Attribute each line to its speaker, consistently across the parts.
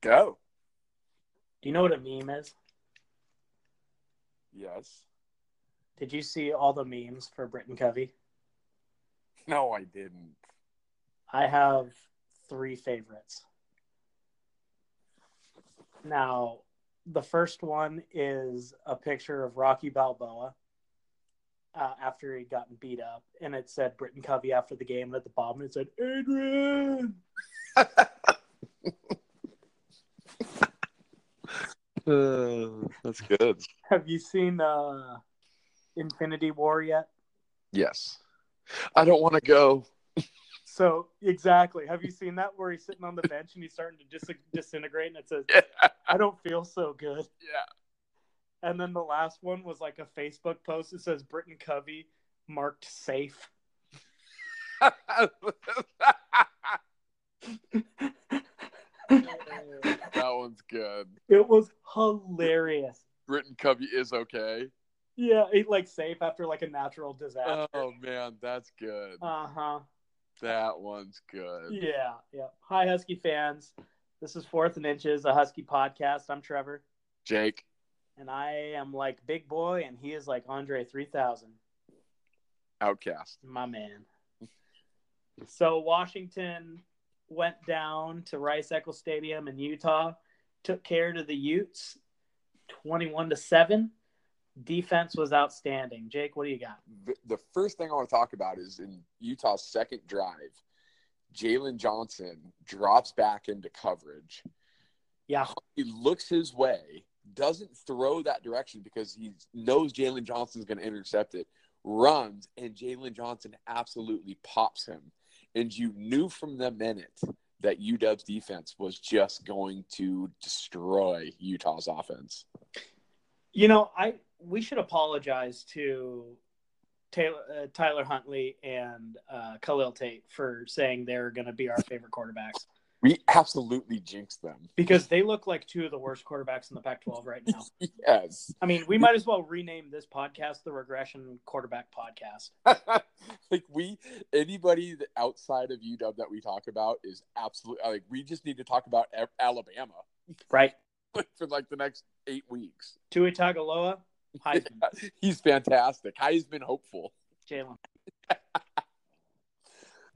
Speaker 1: Go.
Speaker 2: Do you know what a meme is?
Speaker 1: Yes.
Speaker 2: Did you see all the memes for Britton Covey?
Speaker 1: No, I didn't.
Speaker 2: I have three favorites. Now, the first one is a picture of Rocky Balboa uh, after he'd gotten beat up, and it said Britton Covey after the game, and at the bottom it said Adrian.
Speaker 1: Uh, that's good.
Speaker 2: Have you seen uh, Infinity War yet?
Speaker 1: Yes. I don't want to go.
Speaker 2: So exactly, have you seen that where he's sitting on the bench and he's starting to dis- disintegrate, and it says,
Speaker 1: Yeah.
Speaker 2: "I don't feel so good."
Speaker 1: Yeah.
Speaker 2: And then the last one was like a Facebook post that says Britton Covey marked safe.
Speaker 1: that one's good.
Speaker 2: It was hilarious.
Speaker 1: Britton Covey is okay.
Speaker 2: Yeah, it like safe after like a natural disaster.
Speaker 1: Oh man, that's good.
Speaker 2: Uh huh.
Speaker 1: That one's good.
Speaker 2: Yeah, yeah. Hi, Husky fans. This is Fourth and Inches, a Husky podcast. I'm Trevor,
Speaker 1: Jake,
Speaker 2: and I am like Big Boy, and he is like Andre 3000,
Speaker 1: outcast.
Speaker 2: my man. so, Washington went down to Rice Eccles Stadium in Utah, took care to the Utes 21 to 7. Defense was outstanding. Jake, what do you got?
Speaker 1: The- The first thing I want to talk about is in Utah's second drive, Jalen Johnson drops back into coverage.
Speaker 2: Yeah,
Speaker 1: He looks his way, doesn't throw that direction because he knows Jalen Johnson's going to intercept it, runs, and Jalen Johnson absolutely pops him. And you knew from the minute that UW's defense was just going to destroy Utah's offense.
Speaker 2: You know, I we should apologize to Taylor, uh, Tyler Huntley and uh, Khalil Tate for saying they're going to be our favorite quarterbacks
Speaker 1: We absolutely jinxed them.
Speaker 2: because they look like two of the worst quarterbacks in the Pac-12 right now.
Speaker 1: Yes.
Speaker 2: I mean, we might as well rename this podcast the Regression Quarterback Podcast.
Speaker 1: like we anybody that- outside of UW that we talk about is absolutely like we just need to talk about Al- Alabama
Speaker 2: Right?
Speaker 1: like, for like the next 8 weeks.
Speaker 2: Tui Tagaloa, Heisman,
Speaker 1: He's fantastic. Heisman hopeful.
Speaker 2: Jalen.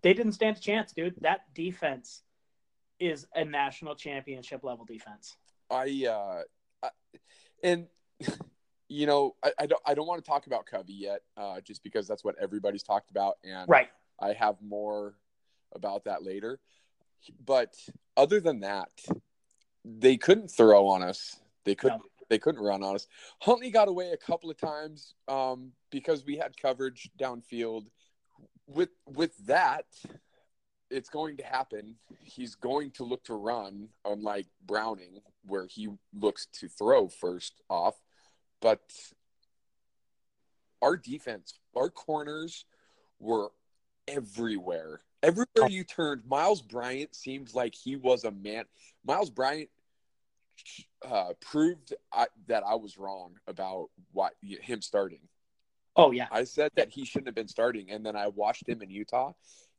Speaker 2: They didn't stand a chance, dude. That defense is a national championship level defense.
Speaker 1: I uh I, and you know, I, I don't I don't want to talk about Covey yet uh just because that's what everybody's talked about and
Speaker 2: Right.
Speaker 1: I have more about that later. But other than that, they couldn't throw on us. They couldn't.
Speaker 2: No.
Speaker 1: They couldn't run on us. Huntley got away a couple of times um, because we had coverage downfield. With with that, it's going to happen. He's going to look to run, unlike Browning, where he looks to throw first off. But our defense, our corners were everywhere. Everywhere you turned, Miles Bryant seemed like he was a man. Miles Bryant uh, proved I, that I was wrong about why, him starting.
Speaker 2: Oh yeah.
Speaker 1: I said that he shouldn't have been starting, and then I watched him in Utah,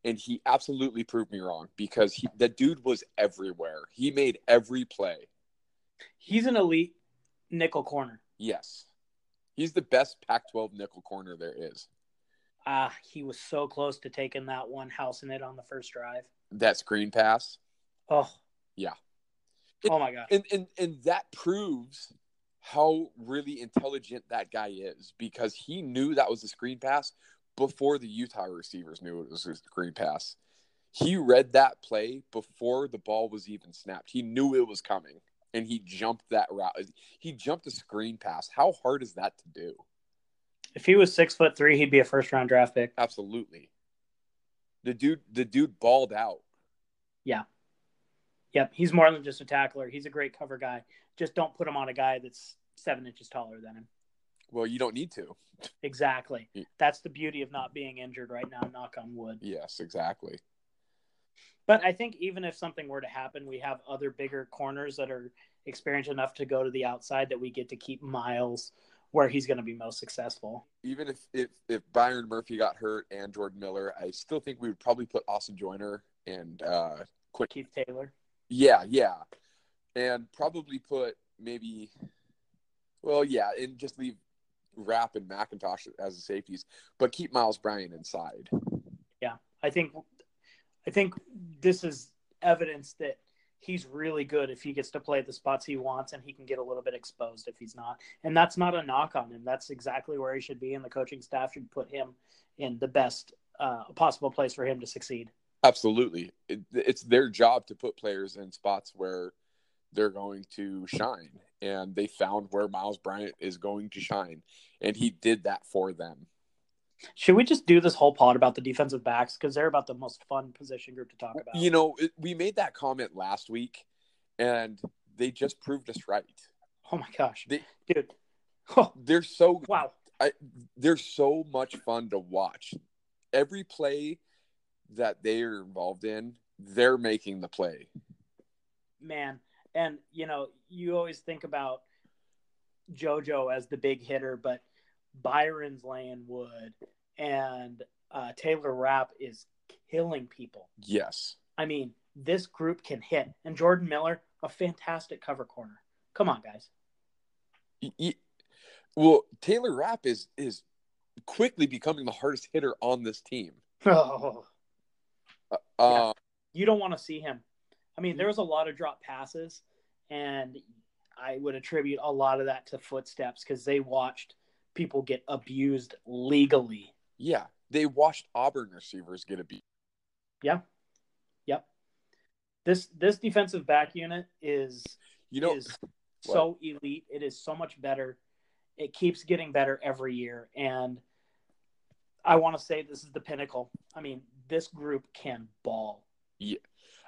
Speaker 1: and he absolutely proved me wrong because he, the dude was everywhere. He made every play.
Speaker 2: He's an elite nickel corner.
Speaker 1: Yes, he's the best Pac-12 nickel corner there is.
Speaker 2: Ah, he was so close to taking that one, housing it on the first drive.
Speaker 1: That screen pass.
Speaker 2: Oh,
Speaker 1: Yeah.
Speaker 2: Oh my god.
Speaker 1: and and and that proves how really intelligent that guy is because he knew that was a screen pass before the Utah receivers knew it was a screen pass. He read that play before the ball was even snapped. He knew it was coming and he jumped that route. He jumped a screen pass. How hard is that to do?
Speaker 2: If he was six foot three, he'd be a first round draft pick.
Speaker 1: Absolutely. The dude the dude balled out.
Speaker 2: Yep, he's more than just a tackler. He's a great cover guy. Just don't put him on a guy that's seven inches taller than him.
Speaker 1: Well, you don't need to.
Speaker 2: Exactly.
Speaker 1: Yeah.
Speaker 2: That's the beauty of not being injured right now, knock on wood.
Speaker 1: Yes, exactly.
Speaker 2: But I think even if something were to happen, we have other bigger corners that are experienced enough to go to the outside that we get to keep miles where he's going to be most successful.
Speaker 1: even if if if Byron Murphy got hurt and Jordan Miller, I still think we would probably put Austin Joyner and uh
Speaker 2: Keith Taylor.
Speaker 1: yeah, yeah. and probably put maybe, well, yeah, and just leave Rapp and McIntosh as the safeties, but keep Miles Bryan inside.
Speaker 2: I think I think this is evidence that he's really good if he gets to play the spots he wants and he can get a little bit exposed if he's not. And that's not a knock on him. That's exactly where he should be and the coaching staff should put him in the best uh, possible place for him to succeed.
Speaker 1: Absolutely. It, it's their job to put players in spots where they're going to shine. And they found where Miles Bryant is going to shine. And he did that for them.
Speaker 2: Should we just do this whole pod about the defensive backs because they're about the most fun position group to talk about?
Speaker 1: You know, it, we made that comment last week and they just proved us right.
Speaker 2: oh my gosh,
Speaker 1: They-
Speaker 2: dude! Oh,
Speaker 1: They're so
Speaker 2: wow,
Speaker 1: I, they're so much fun to watch. Every play that they are involved in, they're making the play.
Speaker 2: man! And you know, you always think about JoJo as the big hitter, but Byron's laying wood, and uh, Taylor Rapp is killing people.
Speaker 1: Yes.
Speaker 2: I mean, this group can hit, and Jordan Miller, a fantastic cover corner. Come on, guys.
Speaker 1: Y- y- Well, Taylor Rapp is is quickly becoming the hardest hitter on this team.
Speaker 2: Oh.
Speaker 1: Uh,
Speaker 2: you don't want to see him. I mean, there was a lot of drop passes, and I would attribute a lot of that to footsteps because they watched people get abused legally.
Speaker 1: yeah, they watched Auburn receivers get a beat.
Speaker 2: Yep. This this defensive back unit is
Speaker 1: You know,
Speaker 2: is so elite. It is so much better. It keeps getting better every year, and I want to say this is the pinnacle. I mean, this group can ball.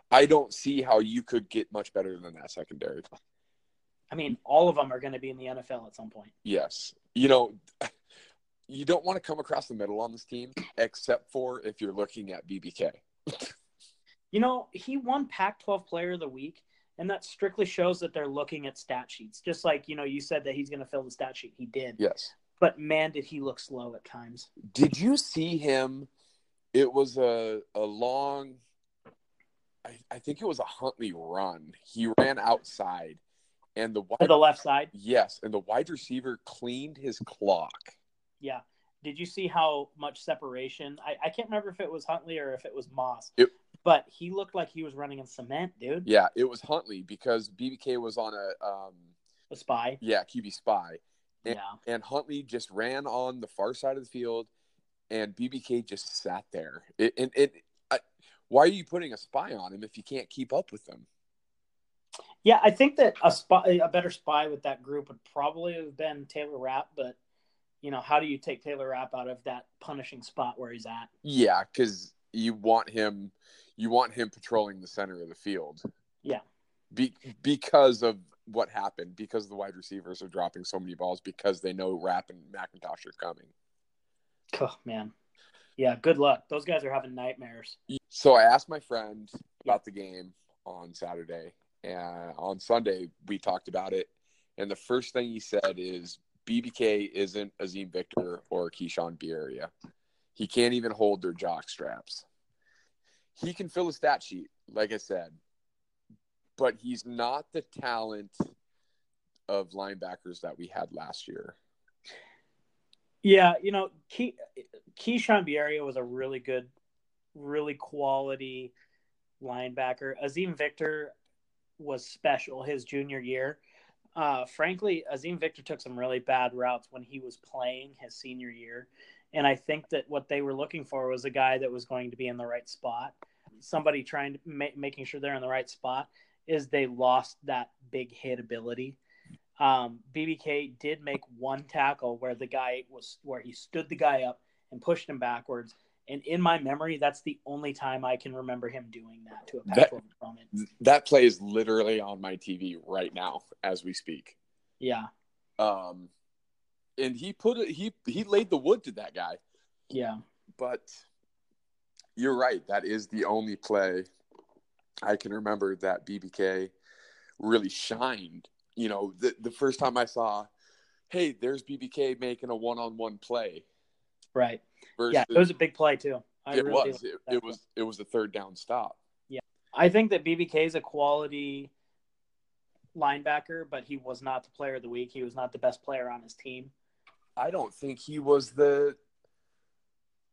Speaker 1: I don't see how you could get much better than that secondary.
Speaker 2: I mean, all of them are going to be in the NFL at some point.
Speaker 1: Yes. You know, you don't want to come across the middle on this team, except for if you're looking at BBK.
Speaker 2: You know, he won Pac 12 Player of the Week, and that strictly shows that they're looking at stat sheets. Just like, you know, you said that he's going to fill the stat sheet. He did.
Speaker 1: Yes.
Speaker 2: But man, did he look slow at times.
Speaker 1: Did you see him? It was a, a long, I, I think it was a Huntley run. He ran outside, and the
Speaker 2: To
Speaker 1: wide,
Speaker 2: the left side.
Speaker 1: yes, and the wide receiver cleaned his clock.
Speaker 2: Yeah. Did you see how much separation? I, I can't remember if it was Huntley or if it was Moss,
Speaker 1: Yep.
Speaker 2: but he looked like he was running in cement, dude.
Speaker 1: Yeah, it was Huntley because BBK was on a um,
Speaker 2: A spy.
Speaker 1: yeah QB spy,
Speaker 2: Yeah.
Speaker 1: Yeah. and Huntley just ran on the far side of the field, and BBK just sat there. It, and it, I, why are you putting a spy on him if you can't keep up with him?
Speaker 2: Yeah. I think that a spy, a better spy with that group would probably have been Taylor Rapp, but, you know, how do you take Taylor Rapp out of that punishing spot where he's at?
Speaker 1: Yeah, because you want him, you want him patrolling the center of the field.
Speaker 2: Yeah.
Speaker 1: Be, because of what happened, because the wide receivers are dropping so many balls because they know Rapp and McIntosh are coming.
Speaker 2: Oh man, yeah. Good luck. Those guys are having nightmares.
Speaker 1: So I asked my friend about the game on Saturday, and on Sunday we talked about it. And the first thing he said is BBK isn't Azim Victor or Keyshawn Bieria. He can't even hold their jock straps. He can fill a stat sheet, like I said, but he's not the talent of linebackers that we had last year.
Speaker 2: Yeah, you know, Key, Keyshawn Bieria was a really good, really quality linebacker. Azim Victor was special his junior year. Uh, frankly, Azim Victor took some really bad routes when he was playing his senior year, and I think that what they were looking for was a guy that was going to be in the right spot. Somebody trying to ma- making sure they're in the right spot is they lost that big hit ability. um, BBK did make one tackle where the guy was where he stood the guy up and pushed him backwards. And in my memory, that's the only time I can remember him doing that to a
Speaker 1: That-
Speaker 2: Pac-12 opponent.
Speaker 1: That play is literally on my TV right now as we speak.
Speaker 2: Yeah,
Speaker 1: Um, and he put it, he he laid the wood to that guy.
Speaker 2: yeah,
Speaker 1: But you're right. That is the only play I can remember that BBK really shined. You know, the the first time I saw, hey, there's BBK making a one on one play.
Speaker 2: right.
Speaker 1: Versus
Speaker 2: Yeah, it was a big play too. I
Speaker 1: it
Speaker 2: really
Speaker 1: was
Speaker 2: liked
Speaker 1: it,
Speaker 2: that
Speaker 1: it
Speaker 2: play.
Speaker 1: was it was a third down stop.
Speaker 2: I think that BBK is a quality linebacker, but he was not the player of the week. He was not the best player on his team.
Speaker 1: I don't think he was the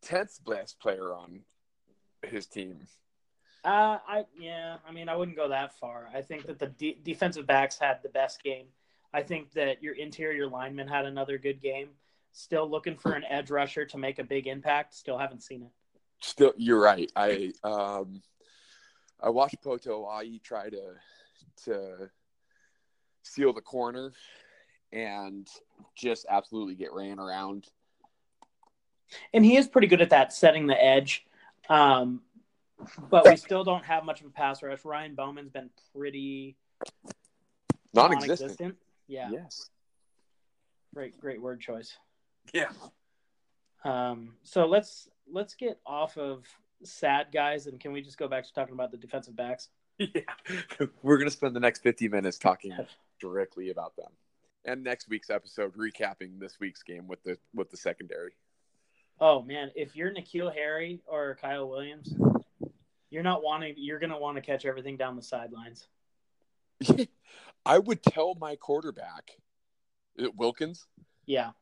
Speaker 1: tenth best player on his team.
Speaker 2: Uh, I yeah, I mean, I wouldn't go that far. I think that the de- defensive backs had the best game. I think that your interior lineman had another good game. Still looking for an edge rusher to make a big impact. Still haven't seen it.
Speaker 1: Still, you're right. I um, I watched Poto Ai try to to seal the corner and just absolutely get ran around.
Speaker 2: And he is pretty good at that, setting the edge. Um, but we still don't have much of a pass rush. Ryan Bowman's been pretty
Speaker 1: Non-existent.
Speaker 2: Yeah,
Speaker 1: Yes.
Speaker 2: great, great word choice.
Speaker 1: Yeah.
Speaker 2: Um, so let's let's get off of sad guys and can we just go back to talking about the defensive backs?
Speaker 1: Yeah. We're gonna spend the next 50 minutes talking directly about them, and next week's episode recapping this week's game with the with the secondary.
Speaker 2: Oh man, if you're Nikhil Harry or Kyle Williams, you're not wanting you're gonna want to catch everything down the sidelines.
Speaker 1: I would tell my quarterback, is it Wilkins.
Speaker 2: Yeah.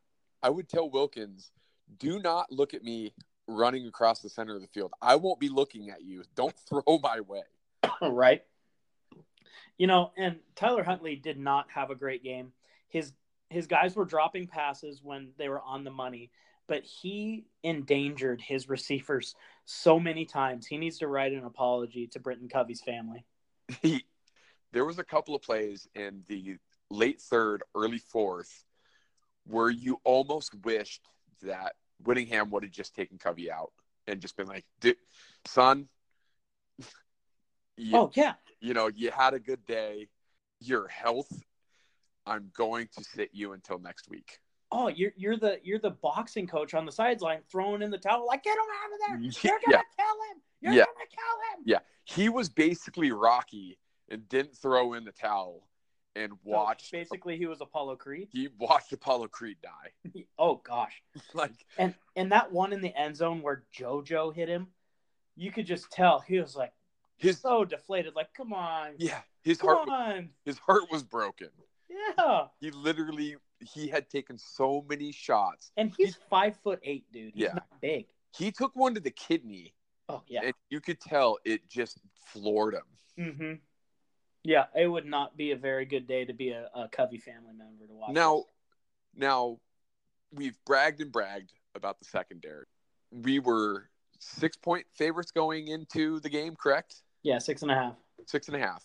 Speaker 1: I would tell Wilkins, do not look at me running across the center of the field. I won't be looking at you. Don't throw my way.
Speaker 2: right. You know, and Tyler Huntley did not have a great game. His his guys were dropping passes when they were on the money, but he endangered his receivers so many times. He needs to write an apology to Britton Covey's family.
Speaker 1: He, there was a couple of plays in the late third, early fourth, where you almost wished that Whittingham would have just taken Covey out and just been like, "Dude, "Son, you,
Speaker 2: Oh yeah.
Speaker 1: you know, you had a good day. Your health. I'm going to sit you until next week."
Speaker 2: Oh, you're you're the you're the boxing coach on the sideline throwing in the towel like get him out of there. You're
Speaker 1: Yeah.
Speaker 2: gonna kill him. You're
Speaker 1: Yeah.
Speaker 2: gonna kill him.
Speaker 1: he was basically Rocky and didn't throw in the towel and
Speaker 2: So
Speaker 1: watched
Speaker 2: basically he was Apollo Creed.
Speaker 1: he watched Apollo Creed die.
Speaker 2: Oh gosh.
Speaker 1: like
Speaker 2: And and that one in the end zone where JoJo hit him, you could just tell he was like
Speaker 1: his
Speaker 2: so deflated. Like, come on,
Speaker 1: yeah, his heart
Speaker 2: come on,
Speaker 1: his heart was broken.
Speaker 2: yeah.
Speaker 1: He literally he had taken so many shots.
Speaker 2: And he's five foot eight, dude. He's
Speaker 1: Yeah.
Speaker 2: not big.
Speaker 1: He took one to the kidney
Speaker 2: Oh yeah.
Speaker 1: and you could tell it just floored him.
Speaker 2: Mm-hmm. Yeah, it would not be a very good day to be a, a Covey family member to watch.
Speaker 1: Now now we've bragged and bragged about the secondary. We were six point favorites going into the game, correct?
Speaker 2: yeah, six and a half.
Speaker 1: six and a half.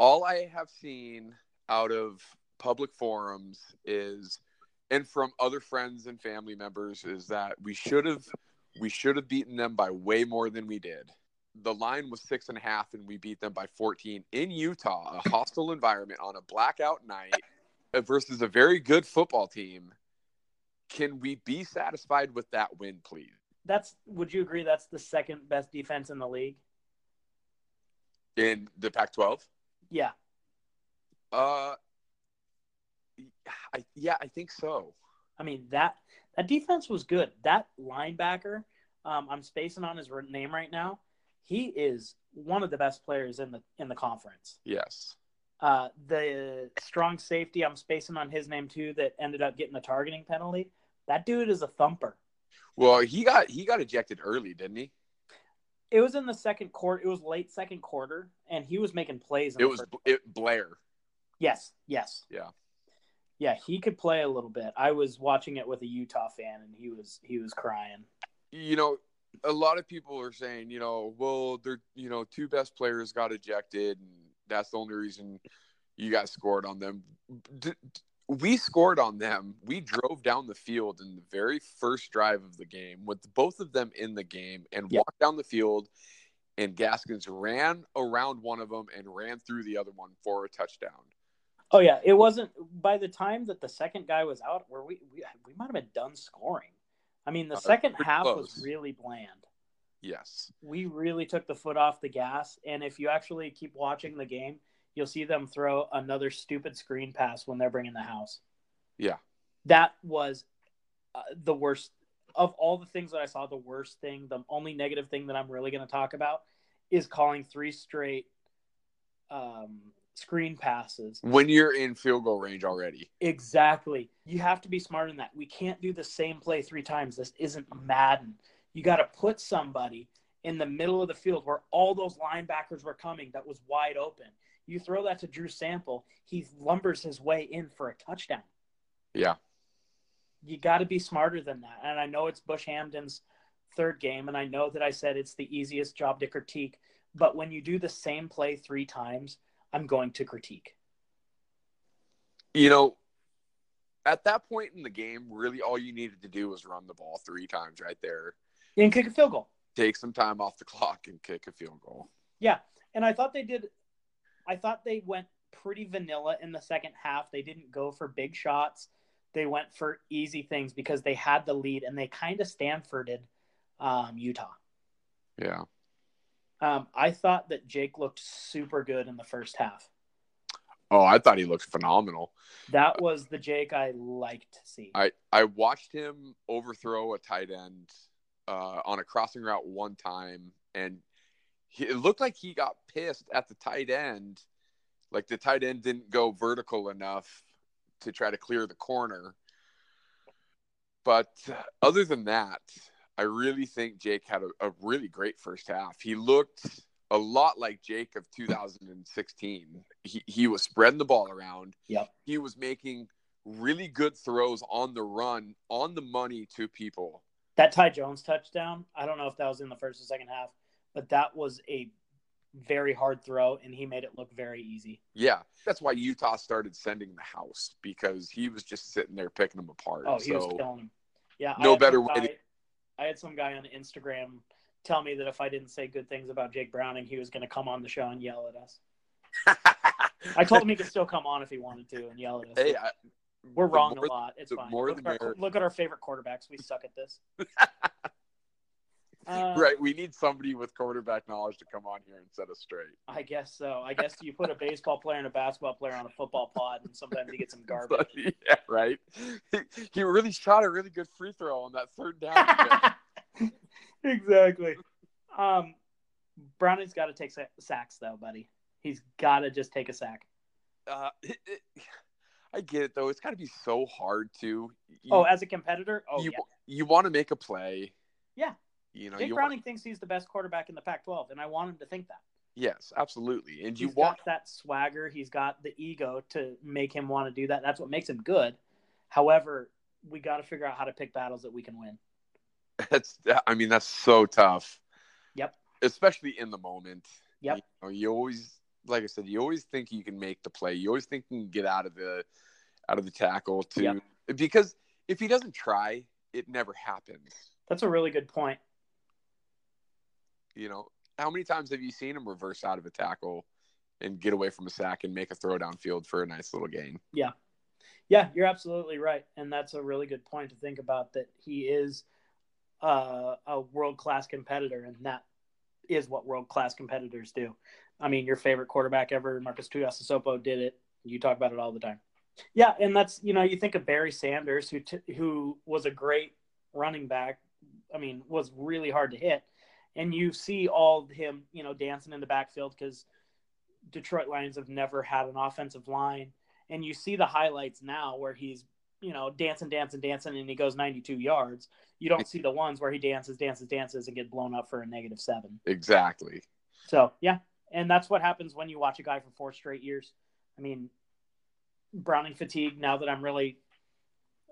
Speaker 1: All I have seen out of public forums is, and from other friends and family members, is that we should have we should have beaten them by way more than we did. The line was six and a half, and we beat them by fourteen in Utah, a hostile environment on a blackout night uh, versus a very good football team. Can we be satisfied with that win, please?
Speaker 2: That's. Would you agree? That's the second best defense in the league.
Speaker 1: In the Pac-12,
Speaker 2: Yeah.
Speaker 1: Uh, I, yeah, I think so.
Speaker 2: I mean that that defense was good. That linebacker, um, I'm spacing on his name right now. He is one of the best players in the in the conference.
Speaker 1: Yes.
Speaker 2: Uh, the strong safety, I'm spacing on his name too. That ended up getting the targeting penalty. That dude is a thumper.
Speaker 1: Well, he got he got ejected early, didn't he?
Speaker 2: It was in the second quarter. It was late second quarter, and he was making plays. In
Speaker 1: It
Speaker 2: the
Speaker 1: was
Speaker 2: first-
Speaker 1: it Blair.
Speaker 2: yes, yes,
Speaker 1: Yeah.
Speaker 2: yeah. He could play a little bit. I was watching it with a Utah fan, and he was he was crying.
Speaker 1: You know, a lot of people are saying, you know, well, they're you know two best players got ejected, and that's the only reason you guys scored on them. D- d- we scored on them. We drove down the field in the very first drive of the game with both of them in the game and
Speaker 2: Yeah.
Speaker 1: walked down the field. And Gaskins ran around one of them and ran through the other one for a touchdown.
Speaker 2: Oh yeah, it wasn't by the time that the second guy was out, where we we, we might have been done scoring. I mean, the
Speaker 1: Uh,
Speaker 2: second
Speaker 1: pretty
Speaker 2: half was
Speaker 1: close.
Speaker 2: really bland.
Speaker 1: Yes.
Speaker 2: We really took the foot off the gas, and if you actually keep watching the game, you'll see them throw another stupid screen pass when they're bringing the house.
Speaker 1: Yeah.
Speaker 2: that was uh, the worst of all the things that I saw. The worst thing, the only negative thing that I'm really going to talk about is calling three straight um, screen passes.
Speaker 1: when you're in field goal range already.
Speaker 2: Exactly. You have to be smart in that. We can't do the same play three times. This isn't Madden. You got to put somebody in the middle of the field where all those linebackers were coming that was wide open. You throw that to Drew Sample, he lumbers his way in for a touchdown.
Speaker 1: Yeah.
Speaker 2: You got to be smarter than that. And I know it's Bush Hamden's third game, and I know that I said it's the easiest job to critique, but when you do the same play three times, I'm going to critique.
Speaker 1: You know, at that point in the game, really all you needed to do was run the ball three times right there,
Speaker 2: And kick a field goal.
Speaker 1: take some time off the clock, and kick a field goal.
Speaker 2: And I thought they did. I thought they went pretty vanilla in the second half. They didn't go for big shots. They went for easy things because they had the lead and they kind of Stanforded um, Utah.
Speaker 1: Yeah.
Speaker 2: Um, I thought that Jake looked super good in the first half.
Speaker 1: Oh, I thought he looked phenomenal.
Speaker 2: That was the Jake I liked to see.
Speaker 1: I I watched him overthrow a tight end uh, on a crossing route one time, and he, it looked like he got pissed at the tight end, like the tight end didn't go vertical enough to try to clear the corner. But uh, other than that, I really think Jake had a, a really great first half. He looked a lot like Jake of 2016. He he was spreading the ball around.
Speaker 2: Yep.
Speaker 1: He was making really good throws on the run, on the money to people.
Speaker 2: That Ty Jones touchdown, I don't know if that was in the first or second half, but that was a very hard throw and he made it look very easy.
Speaker 1: Yeah, that's why Utah started sending the house because he was just sitting there picking them apart.
Speaker 2: Oh, he was
Speaker 1: So,
Speaker 2: killing him. Yeah,
Speaker 1: no
Speaker 2: had some
Speaker 1: better way
Speaker 2: Guy,
Speaker 1: to-
Speaker 2: I had some guy on Instagram tell me that if I didn't say good things about Jake Browning, he was going to come on the show and yell at us. I told him he could still come on if he wanted to and yell at us.
Speaker 1: hey, I,
Speaker 2: We're
Speaker 1: the
Speaker 2: wrong
Speaker 1: more-
Speaker 2: a lot. It's
Speaker 1: the
Speaker 2: fine.
Speaker 1: more
Speaker 2: look,
Speaker 1: the
Speaker 2: at our,
Speaker 1: merrier.
Speaker 2: look at our favorite quarterbacks. We suck at this. Uh,
Speaker 1: right. We need somebody with quarterback knowledge to come on here and set us straight.
Speaker 2: I guess so. I guess you put a baseball player and a basketball player on a football pod, and sometimes you get some garbage.
Speaker 1: But, yeah, right. He, he really shot a really good free throw on that third down.
Speaker 2: exactly. Um, Browning's got to take sa- sacks though, buddy. He's got to just take a sack.
Speaker 1: uh, it, it, I get it though. It's got to be so hard to. You,
Speaker 2: Oh, as a competitor, oh
Speaker 1: you
Speaker 2: yeah.
Speaker 1: you want to make a play.
Speaker 2: Yeah.
Speaker 1: You know,
Speaker 2: Jake
Speaker 1: you want-
Speaker 2: Browning thinks he's the best quarterback in the Pac-12, and I want him to think that.
Speaker 1: yes, absolutely. And you
Speaker 2: He's
Speaker 1: want
Speaker 2: got that swagger. He's got the ego to make him want to do that. That's what makes him good. However, we got to figure out how to pick battles that we can win.
Speaker 1: That's I mean that's so tough.
Speaker 2: Yep.
Speaker 1: Especially in the moment.
Speaker 2: Yep.
Speaker 1: You, know, you always like I said, you always think you can make the play. You always think you can get out of the out of the tackle to
Speaker 2: Yep.
Speaker 1: because if he doesn't try, it never happens.
Speaker 2: That's a really good point.
Speaker 1: You know, how many times have you seen him reverse out of a tackle and get away from a sack and make a throw downfield for a nice little gain?
Speaker 2: Yeah, you're absolutely right, and that's a really good point to think about. That he is uh, a world class competitor, and that is what world class competitors do. I mean, your favorite quarterback ever, Marcus Tuiasosopo, did it. You talk about it all the time. Yeah, and that's you know you think of Barry Sanders, who t- who was a great running back. I mean, was really hard to hit, and you see all of him you know dancing in the backfield because Detroit Lions have never had an offensive line and you see the highlights now where he's you know dancing dancing dancing and he goes 92 yards you don't see the ones where he dances dances dances and get blown up for a negative seven
Speaker 1: Exactly.
Speaker 2: so yeah and that's what happens when you watch a guy for four straight years i mean browning fatigue now that i'm really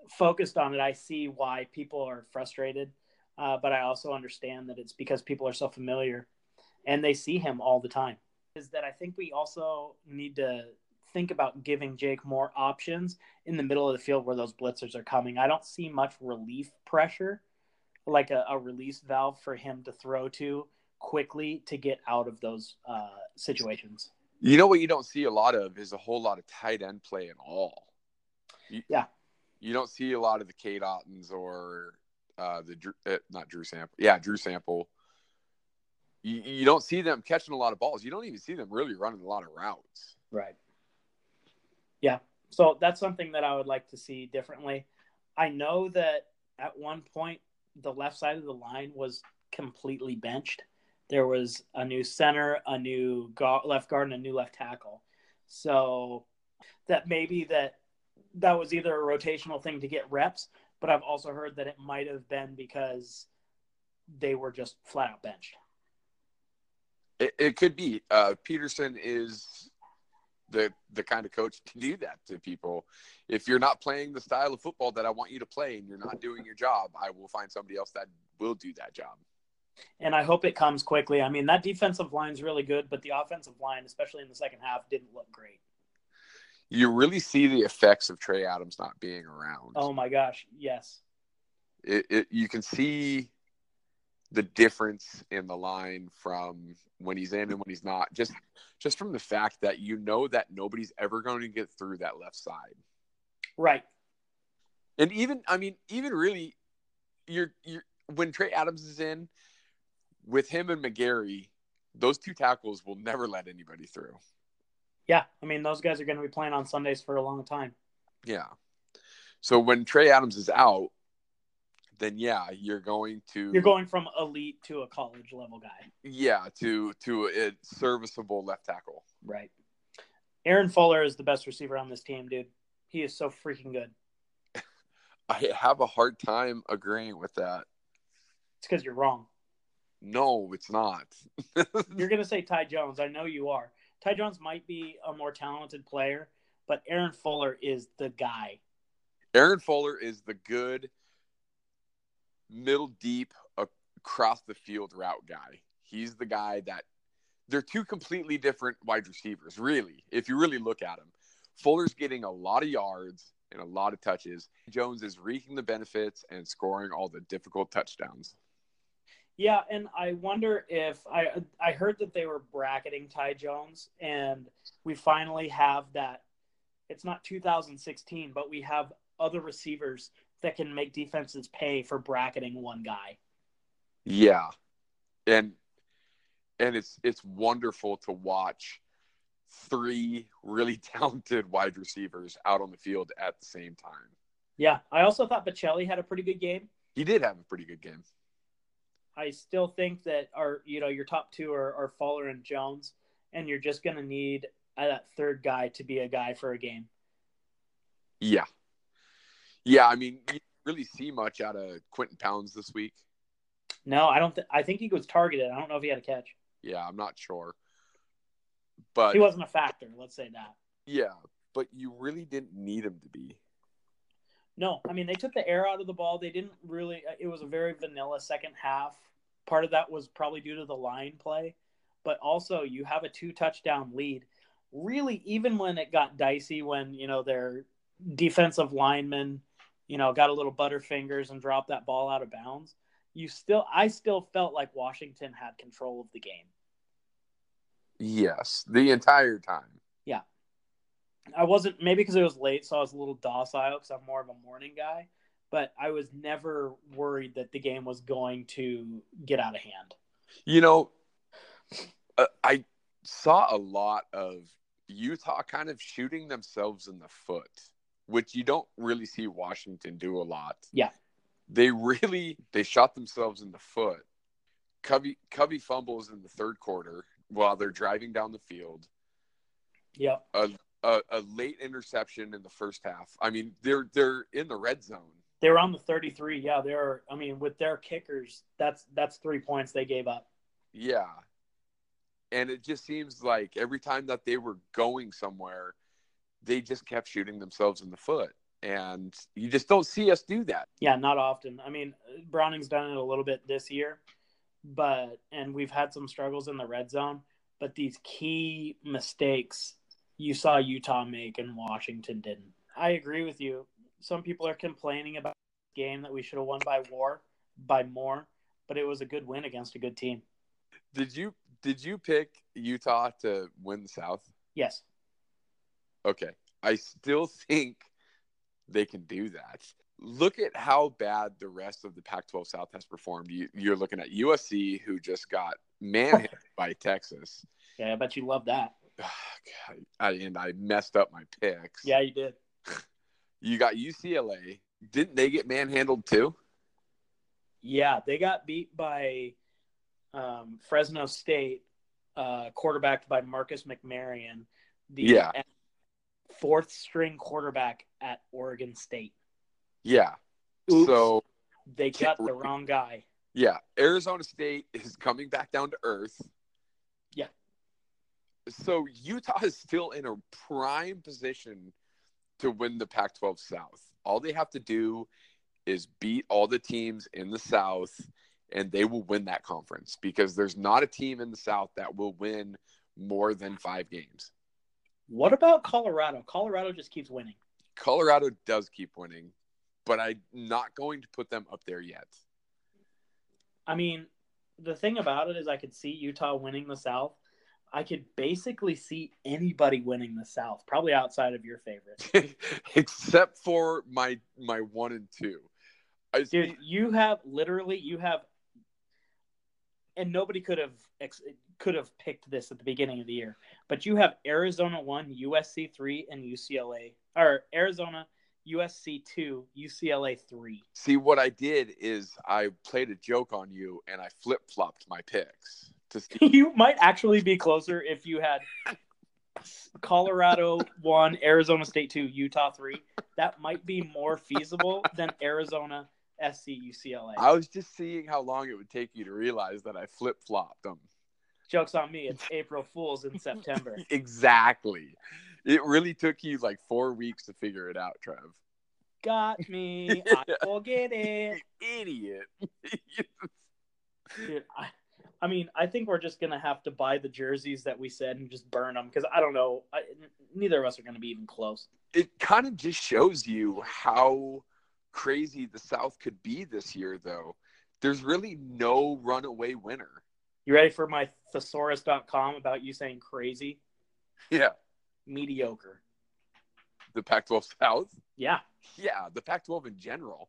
Speaker 2: focused on it i see why people are frustrated uh, but i also understand that it's because people are so familiar and they see him all the time is that i think we also need to think about giving Jake more options in the middle of the field where those blitzers are coming. I don't see much relief pressure, like a, a release valve for him to throw to quickly to get out of those uh, situations.
Speaker 1: You know what you don't see a lot of is a whole lot of tight end play at all. You,
Speaker 2: Yeah.
Speaker 1: You don't see a lot of the Kate Ottens or uh, the Drew, uh, not Drew Sample. Yeah, Drew Sample. You, you don't see them catching a lot of balls. You don't even see them really running a lot of routes.
Speaker 2: Right. Yeah. So that's something that I would like to see differently. I know that at one point the left side of the line was completely benched. There was a new center, a new go- left guard, and a new left tackle. So that maybe that that was either a rotational thing to get reps, but I've also heard that it might have been because they were just flat out benched.
Speaker 1: It, it could be. Uh, Peterson is the the kind of coach to do that to people. If you're not playing the style of football that I want you to play and you're not doing your job, I will find somebody else that will do that job.
Speaker 2: And I hope it comes quickly. I mean, that defensive line's really good, but the offensive line, especially in the second half, didn't look great.
Speaker 1: You really see the effects of Trey Adams not being around.
Speaker 2: Oh my gosh, yes.
Speaker 1: It, it, you can see the difference in the line from when he's in and when he's not just just from the fact that you know that nobody's ever going to get through that left side
Speaker 2: right
Speaker 1: and even i mean even really you're you're when trey adams is in with him and mcgarry those two tackles will never let anybody through
Speaker 2: yeah i mean those guys are going to be playing on sundays for a long time
Speaker 1: yeah so when trey adams is out then yeah, you're going to
Speaker 2: you're going from elite to a college level guy.
Speaker 1: Yeah, to to a serviceable left tackle.
Speaker 2: Right. Aaron Fuller is the best receiver on this team, dude. He is so freaking good.
Speaker 1: I have a hard time agreeing with that.
Speaker 2: It's because you're wrong.
Speaker 1: No, it's not.
Speaker 2: you're gonna say Ty Jones. I know you are. Ty Jones might be a more talented player, but Aaron Fuller is the guy.
Speaker 1: Aaron Fuller is the good middle deep across the field route guy. He's the guy that they're two completely different wide receivers, really, if you really look at him. Fuller's getting a lot of yards and a lot of touches. Jones is reaping the benefits and scoring all the difficult touchdowns.
Speaker 2: Yeah, and I wonder if I I heard that they were bracketing Ty Jones and we finally have that it's not 2016, but we have other receivers that can make defenses pay for bracketing one guy.
Speaker 1: Yeah. And and it's it's wonderful to watch three really talented wide receivers out on the field at the same time.
Speaker 2: Yeah, I also thought Bocelli had a pretty good game.
Speaker 1: He did have a pretty good game.
Speaker 2: I still think that our you know your top two are, are Fowler and Jones, and you're just going to need uh, that third guy to be a guy for a game.
Speaker 1: Yeah, yeah, I mean, you really see much out of Quentin Pounds this week.
Speaker 2: No, I don't. Th- I think he was targeted. I don't know if he had a catch.
Speaker 1: Yeah, I'm not sure, but
Speaker 2: he wasn't a factor. Let's say that.
Speaker 1: Yeah, but you really didn't need him to be.
Speaker 2: No, I mean they took the air out of the ball. They didn't really. uh, It was a very vanilla second half. Part of that was probably due to the line play, but also you have a two touchdown lead. Really, even when it got dicey, when you know their defensive lineman you know, got a little butterfingers and dropped that ball out of bounds. You still, I still felt like Washington had control of the game.
Speaker 1: Yes, the entire time.
Speaker 2: Yeah, I wasn't maybe because it was late, so I was a little docile because I'm more of a morning guy. But I was never worried that the game was going to get out of hand.
Speaker 1: You know, uh, I saw a lot of Utah kind of shooting themselves in the foot which you don't really see Washington do a lot.
Speaker 2: Yeah.
Speaker 1: They really they shot themselves in the foot. Covey Covey fumbles in the third quarter while they're driving down the field.
Speaker 2: Yeah.
Speaker 1: A, a, a late interception in the first half. I mean, they're they're in the red zone.
Speaker 2: They were on the 33. Yeah, they're I mean, with their kickers, that's that's 3 points they gave up.
Speaker 1: Yeah. And it just seems like every time that they were going somewhere, they just kept shooting themselves in the foot. And you just don't see us do that.
Speaker 2: Yeah, not often. I mean, Browning's done it a little bit this year, but, and we've had some struggles in the red zone, but these key mistakes you saw Utah make and Washington didn't. I agree with you. Some people are complaining about the game that we should have won by war, by more, but it was a good win against a good team.
Speaker 1: Did you, did you pick Utah to win the South?
Speaker 2: Yes
Speaker 1: okay, I still think they can do that. Look at how bad the rest of the Pac 12 South has performed. You, are looking at USC, who just got manhandled by Texas.
Speaker 2: Yeah, I bet you love that.
Speaker 1: God, I, and I messed up my picks.
Speaker 2: Yeah, you did.
Speaker 1: You got UCLA. Didn't they get manhandled too?
Speaker 2: Yeah, they got beat by um, Fresno State, uh, quarterbacked by Marcus McMarion the
Speaker 1: Yeah.
Speaker 2: fourth string quarterback at Oregon State.
Speaker 1: Yeah.
Speaker 2: Oops,
Speaker 1: So
Speaker 2: they got the wrong guy.
Speaker 1: Yeah, Arizona State is coming back down to earth.
Speaker 2: Yeah.
Speaker 1: So Utah is still in a prime position to win the Pac 12 South. All they have to do is beat all the teams in the South, and they will win that conference because there's not a team in the South that will win more than five games.
Speaker 2: What about Colorado? Colorado just keeps winning.
Speaker 1: Colorado does keep winning, but I'm not going to put them up there yet.
Speaker 2: I mean, the thing about it is I could see Utah winning the South. I could basically see anybody winning the South, probably outside of your favorite.
Speaker 1: except for my my one and two. I
Speaker 2: Dude, you have literally you have and nobody could have ex- could have picked this at the beginning of the year, but you have Arizona 1, USC 3 and UCLA or Arizona, USC 2, UCLA 3.
Speaker 1: see what I did is I played a joke on you and I flip flopped my picks to see.
Speaker 2: you might actually be closer if you had Colorado one, Arizona State two, Utah three. That might be more feasible than Arizona SC UCLA.
Speaker 1: I was just seeing how long it would take you to realize that I flip flopped them.
Speaker 2: Jokes on me. It's April Fools in September.
Speaker 1: Exactly. It really took you like four weeks to figure it out, Trev.
Speaker 2: Got me. I forget
Speaker 1: You
Speaker 2: it.
Speaker 1: idiot.
Speaker 2: Dude, I, I mean, I think we're just gonna have to buy the jerseys that we said and just burn them because I don't know. I, neither of us are gonna be even close.
Speaker 1: it kind of just shows you how crazy the South could be this year, though. There's really no runaway winner.
Speaker 2: You ready for my thesaurus.com about you saying crazy?
Speaker 1: Yeah.
Speaker 2: Mediocre.
Speaker 1: The Pac 12 South?
Speaker 2: Yeah.
Speaker 1: Yeah. The Pac 12 in general.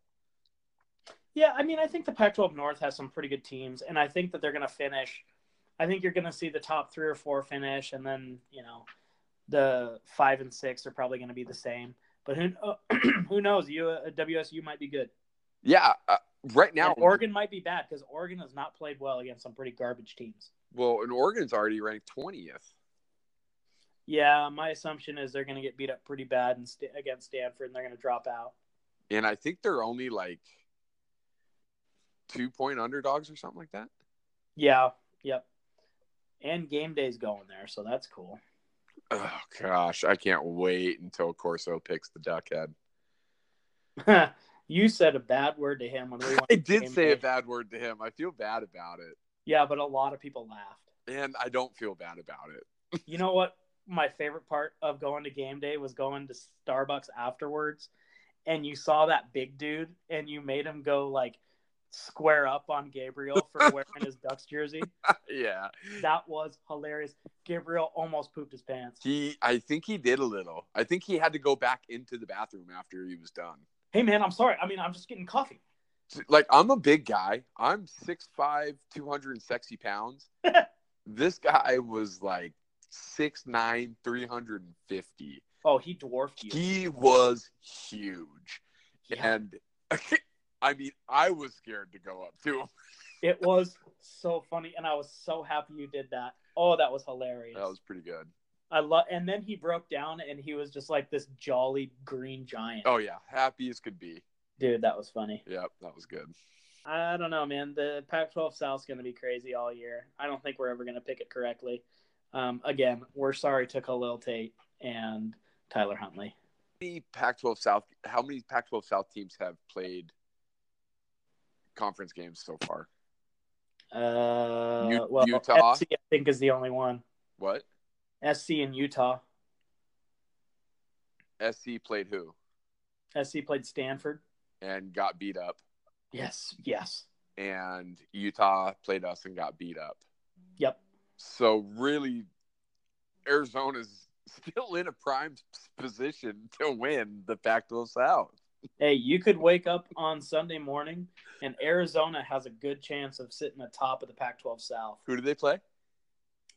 Speaker 2: Yeah, I mean, I think the Pac-12 North has some pretty good teams, and I think that they're going to finish. I think you're going to see the top three or four finish, and then you know, the five and six are probably going to be the same. But who oh, who knows? You uh, WSU might be good.
Speaker 1: Yeah. Uh, right now,
Speaker 2: Now Oregon might be bad because Oregon has not played well against some pretty garbage teams.
Speaker 1: well, and Oregon's already ranked 20th.
Speaker 2: Yeah, my assumption is they're going to get beat up pretty bad and st- against Stanford, and they're going to drop out.
Speaker 1: And I think they're only like two point underdogs or something like that.
Speaker 2: Yeah, yep. And game day's going there, so that's cool.
Speaker 1: Oh, gosh. I can't wait until Corso picks the Duckhead.
Speaker 2: you said a bad word to him when we went
Speaker 1: I
Speaker 2: to
Speaker 1: did
Speaker 2: game
Speaker 1: say a
Speaker 2: day.
Speaker 1: bad word to him. I feel bad about it.
Speaker 2: Yeah, but a lot of people laughed.
Speaker 1: And I don't feel bad about it.
Speaker 2: You know what? My favorite part of going to game day was going to Starbucks afterwards, and you saw that big dude, and you made him go like square up on Gabriel for wearing his Ducks jersey.
Speaker 1: yeah.
Speaker 2: That was hilarious. Gabriel almost pooped his pants.
Speaker 1: He I think he did a little. I think he had to go back into the bathroom after he was done.
Speaker 2: Hey man, I'm sorry. I mean, I'm just getting coffee.
Speaker 1: So, Like I'm a big guy. I'm 6'5, 260 pounds. this guy was like 6'9, 350.
Speaker 2: Oh, he dwarfed you.
Speaker 1: He was huge.
Speaker 2: Yeah.
Speaker 1: And I mean, I was scared to go up to him.
Speaker 2: It was so funny, and I was so happy you did that. Oh, that was hilarious.
Speaker 1: That was pretty good.
Speaker 2: I love, and then he broke down, and he was just like this jolly green giant.
Speaker 1: Oh yeah, happy as could be.
Speaker 2: Dude, that was funny.
Speaker 1: Yep, that was good.
Speaker 2: I don't know, man. The Pac-12 South's going to be crazy all year. I don't think we're ever going to pick it correctly. Um, again, we're sorry to Khalil Tate and Tyler Huntley.
Speaker 1: How many Pac-12 South? How many Pac-12 South teams have played conference games so far?
Speaker 2: Uh,
Speaker 1: U-
Speaker 2: well,
Speaker 1: Utah?
Speaker 2: SC, I think is the only one.
Speaker 1: What
Speaker 2: SC and Utah.
Speaker 1: SC played who
Speaker 2: SC played Stanford.
Speaker 1: and got beat up,
Speaker 2: Yes, yes,
Speaker 1: and Utah played us and got beat up.
Speaker 2: yep.
Speaker 1: So really, Arizona's still in a prime position to win the Pac-12 South.
Speaker 2: Hey, you could wake up on Sunday morning, and Arizona has a good chance of sitting atop of the Pac-12 South.
Speaker 1: Who do they play?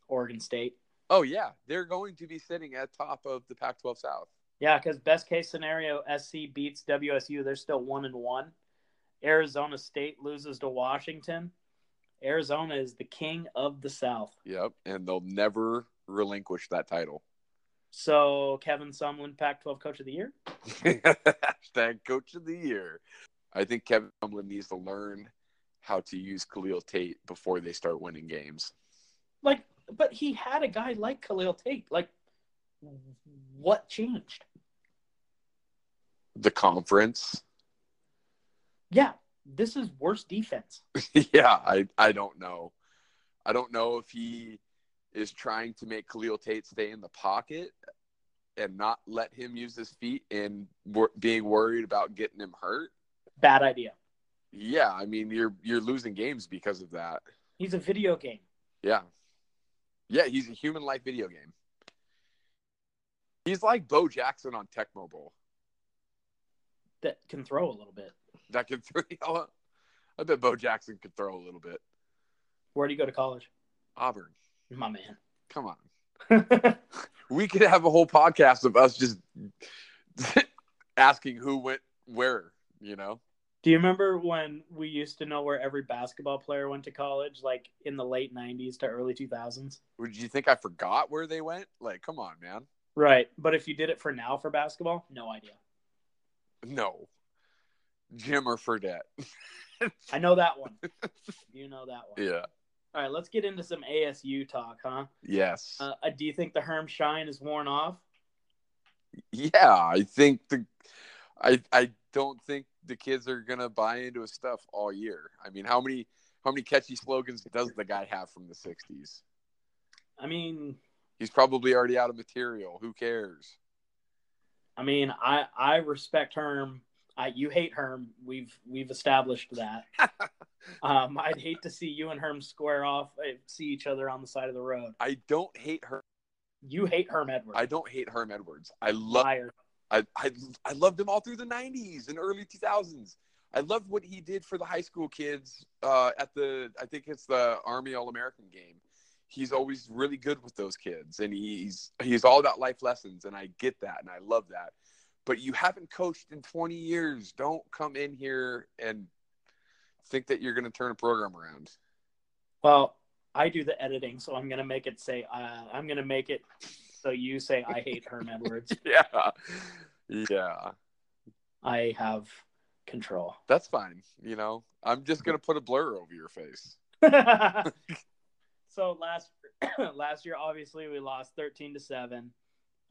Speaker 2: Oregon State.
Speaker 1: Oh yeah, they're going to be sitting at top of the Pac-12 South.
Speaker 2: Yeah, because best case scenario, SC beats WSU. They're still one and one. Arizona State loses to Washington. Arizona is the king of the South.
Speaker 1: Yep, and they'll never relinquish that title.
Speaker 2: So Kevin Sumlin, Pac-12 Coach of the Year.
Speaker 1: Hashtag Coach of the Year. I think Kevin Sumlin needs to learn how to use Khalil Tate before they start winning games.
Speaker 2: Like, but he had a guy like Khalil Tate. Like, what changed?
Speaker 1: The conference.
Speaker 2: Yeah, this is worse defense.
Speaker 1: yeah, I, I don't know. I don't know if he is trying to make Khalil Tate stay in the pocket and not let him use his feet and wor- being worried about getting him hurt.
Speaker 2: Bad idea.
Speaker 1: Yeah, I mean you're you're losing games because of that.
Speaker 2: He's a video game.
Speaker 1: Yeah. Yeah, he's a human life video game. He's like Bo Jackson on Tech Mobile.
Speaker 2: that can throw a little bit.
Speaker 1: That could throw I bet Bo Jackson could throw a little bit.
Speaker 2: Where do you go to college?
Speaker 1: Auburn,
Speaker 2: My man.
Speaker 1: come on. We could have a whole podcast of us just asking who went where, you know?
Speaker 2: do you remember when we used to know where every basketball player went to college, like in the late 90s to early 2000s?
Speaker 1: Would you think I forgot where they went? Like, come on, man.
Speaker 2: Right. But if you did it for now for basketball, no idea.
Speaker 1: No. Jim or Fredette.
Speaker 2: I know that one. you know that one.
Speaker 1: Yeah.
Speaker 2: All right, let's get into some ASU talk, huh?
Speaker 1: Yes.
Speaker 2: Uh, uh, do you think the Herm shine is worn off?
Speaker 1: yeah, I think the I I don't think the kids are gonna buy into his stuff all year. I mean, how many how many catchy slogans does the guy have from the '60s?
Speaker 2: I mean,
Speaker 1: He's probably already out of material. Who cares?
Speaker 2: I mean, I I respect Herm. I you hate Herm. We've we've established that. um, I'd hate to see you and Herm square off, uh, see each other on the side of the road.
Speaker 1: I don't hate her.
Speaker 2: You hate Herm Edwards.
Speaker 1: I don't hate Herm Edwards. I love
Speaker 2: Liar.
Speaker 1: I, I I loved him all through the '90s and early 2000s. I loved what he did for the high school kids uh, at the I think it's the Army All American game. He's always really good with those kids, and he's he's all about life lessons, and I get that, and I love that. But you haven't coached in 20 years. Don't come in here and think that you're going to turn a program around.
Speaker 2: Well, I do the editing, so I'm gonna make it say uh, I'm gonna make it so you say I hate Herm Edwards.
Speaker 1: Yeah, yeah,
Speaker 2: I have control.
Speaker 1: that's fine. You know, I'm just going to put a blur over your face.
Speaker 2: so last last year obviously we lost 13 to 7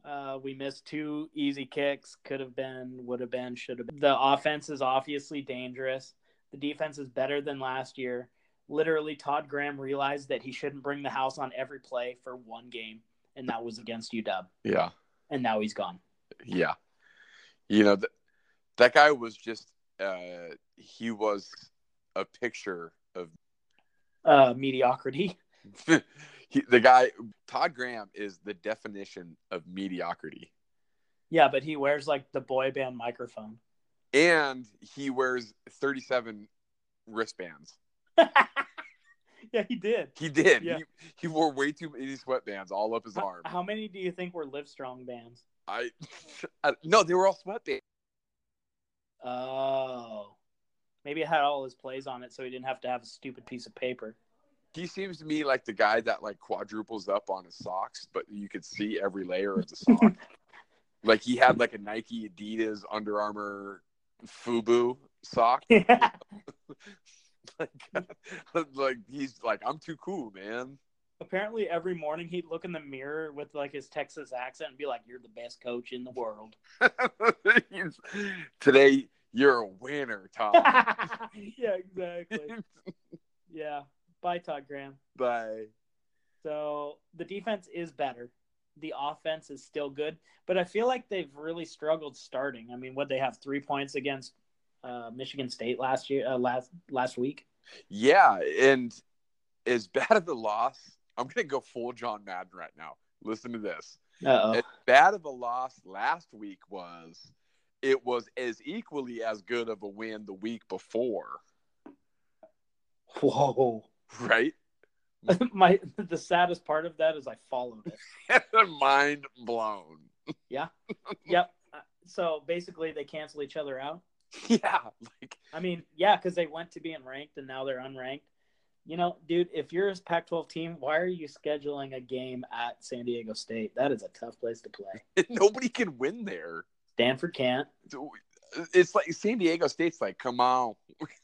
Speaker 2: uh, we missed two easy kicks could have been would have been should have been the offense is obviously dangerous the defense is better than last year literally todd graham realized that he shouldn't bring the house on every play for one game and that was against uw
Speaker 1: Yeah.
Speaker 2: and now he's gone
Speaker 1: Yeah. You know, th- that guy was just, uh, he was a picture of
Speaker 2: uh, mediocrity
Speaker 1: he, the guy. Todd Graham is the definition of mediocrity.
Speaker 2: yeah but he wears like the boy band microphone
Speaker 1: And he wears 37 wristbands.
Speaker 2: yeah he did
Speaker 1: He did.
Speaker 2: Yeah.
Speaker 1: He, he wore way too many sweatbands all up his
Speaker 2: How-
Speaker 1: arm.
Speaker 2: how many do you think were livestrong bands
Speaker 1: I, I, no, they were all sweatbands.
Speaker 2: Oh. Maybe it had all his plays on it so he didn't have to have a stupid piece of paper.
Speaker 1: He seems to me like the guy that like quadruples up on his socks, but you could see every layer of the sock. like he had like a Nike, Adidas, Under Armour, FUBU sock.
Speaker 2: yeah.
Speaker 1: like, like he's like, I'm too cool, man.
Speaker 2: Apparently every morning he'd look in the mirror with like his Texas accent and be like, You're the best coach in the world.
Speaker 1: He's- Today you're a winner, Todd.
Speaker 2: yeah, exactly. yeah. Bye Todd Graham.
Speaker 1: Bye.
Speaker 2: So the defense is better. The offense is still good, but I feel like they've really struggled starting. I mean, what they have three points against uh, Michigan State last year, uh, last last week.
Speaker 1: Yeah, and as bad of a loss, I'm gonna go full John Madden right now. Listen to this.
Speaker 2: Uh
Speaker 1: as bad of a loss last week was, it was as equally as good of a win the week before,
Speaker 2: oh. Whoa.
Speaker 1: right?
Speaker 2: my the saddest part of that is I followed it.
Speaker 1: Mind blown.
Speaker 2: yep. Uh, So basically, they cancel each other out.
Speaker 1: Yeah, like
Speaker 2: I mean, yeah, because they went to being ranked and now they're unranked. You know, dude, if you're a Pac-12 team, why are you scheduling a game at San Diego State? That is a tough place to play.
Speaker 1: Nobody can win there.
Speaker 2: Stanford can't.
Speaker 1: It's like San Diego State's like, come on,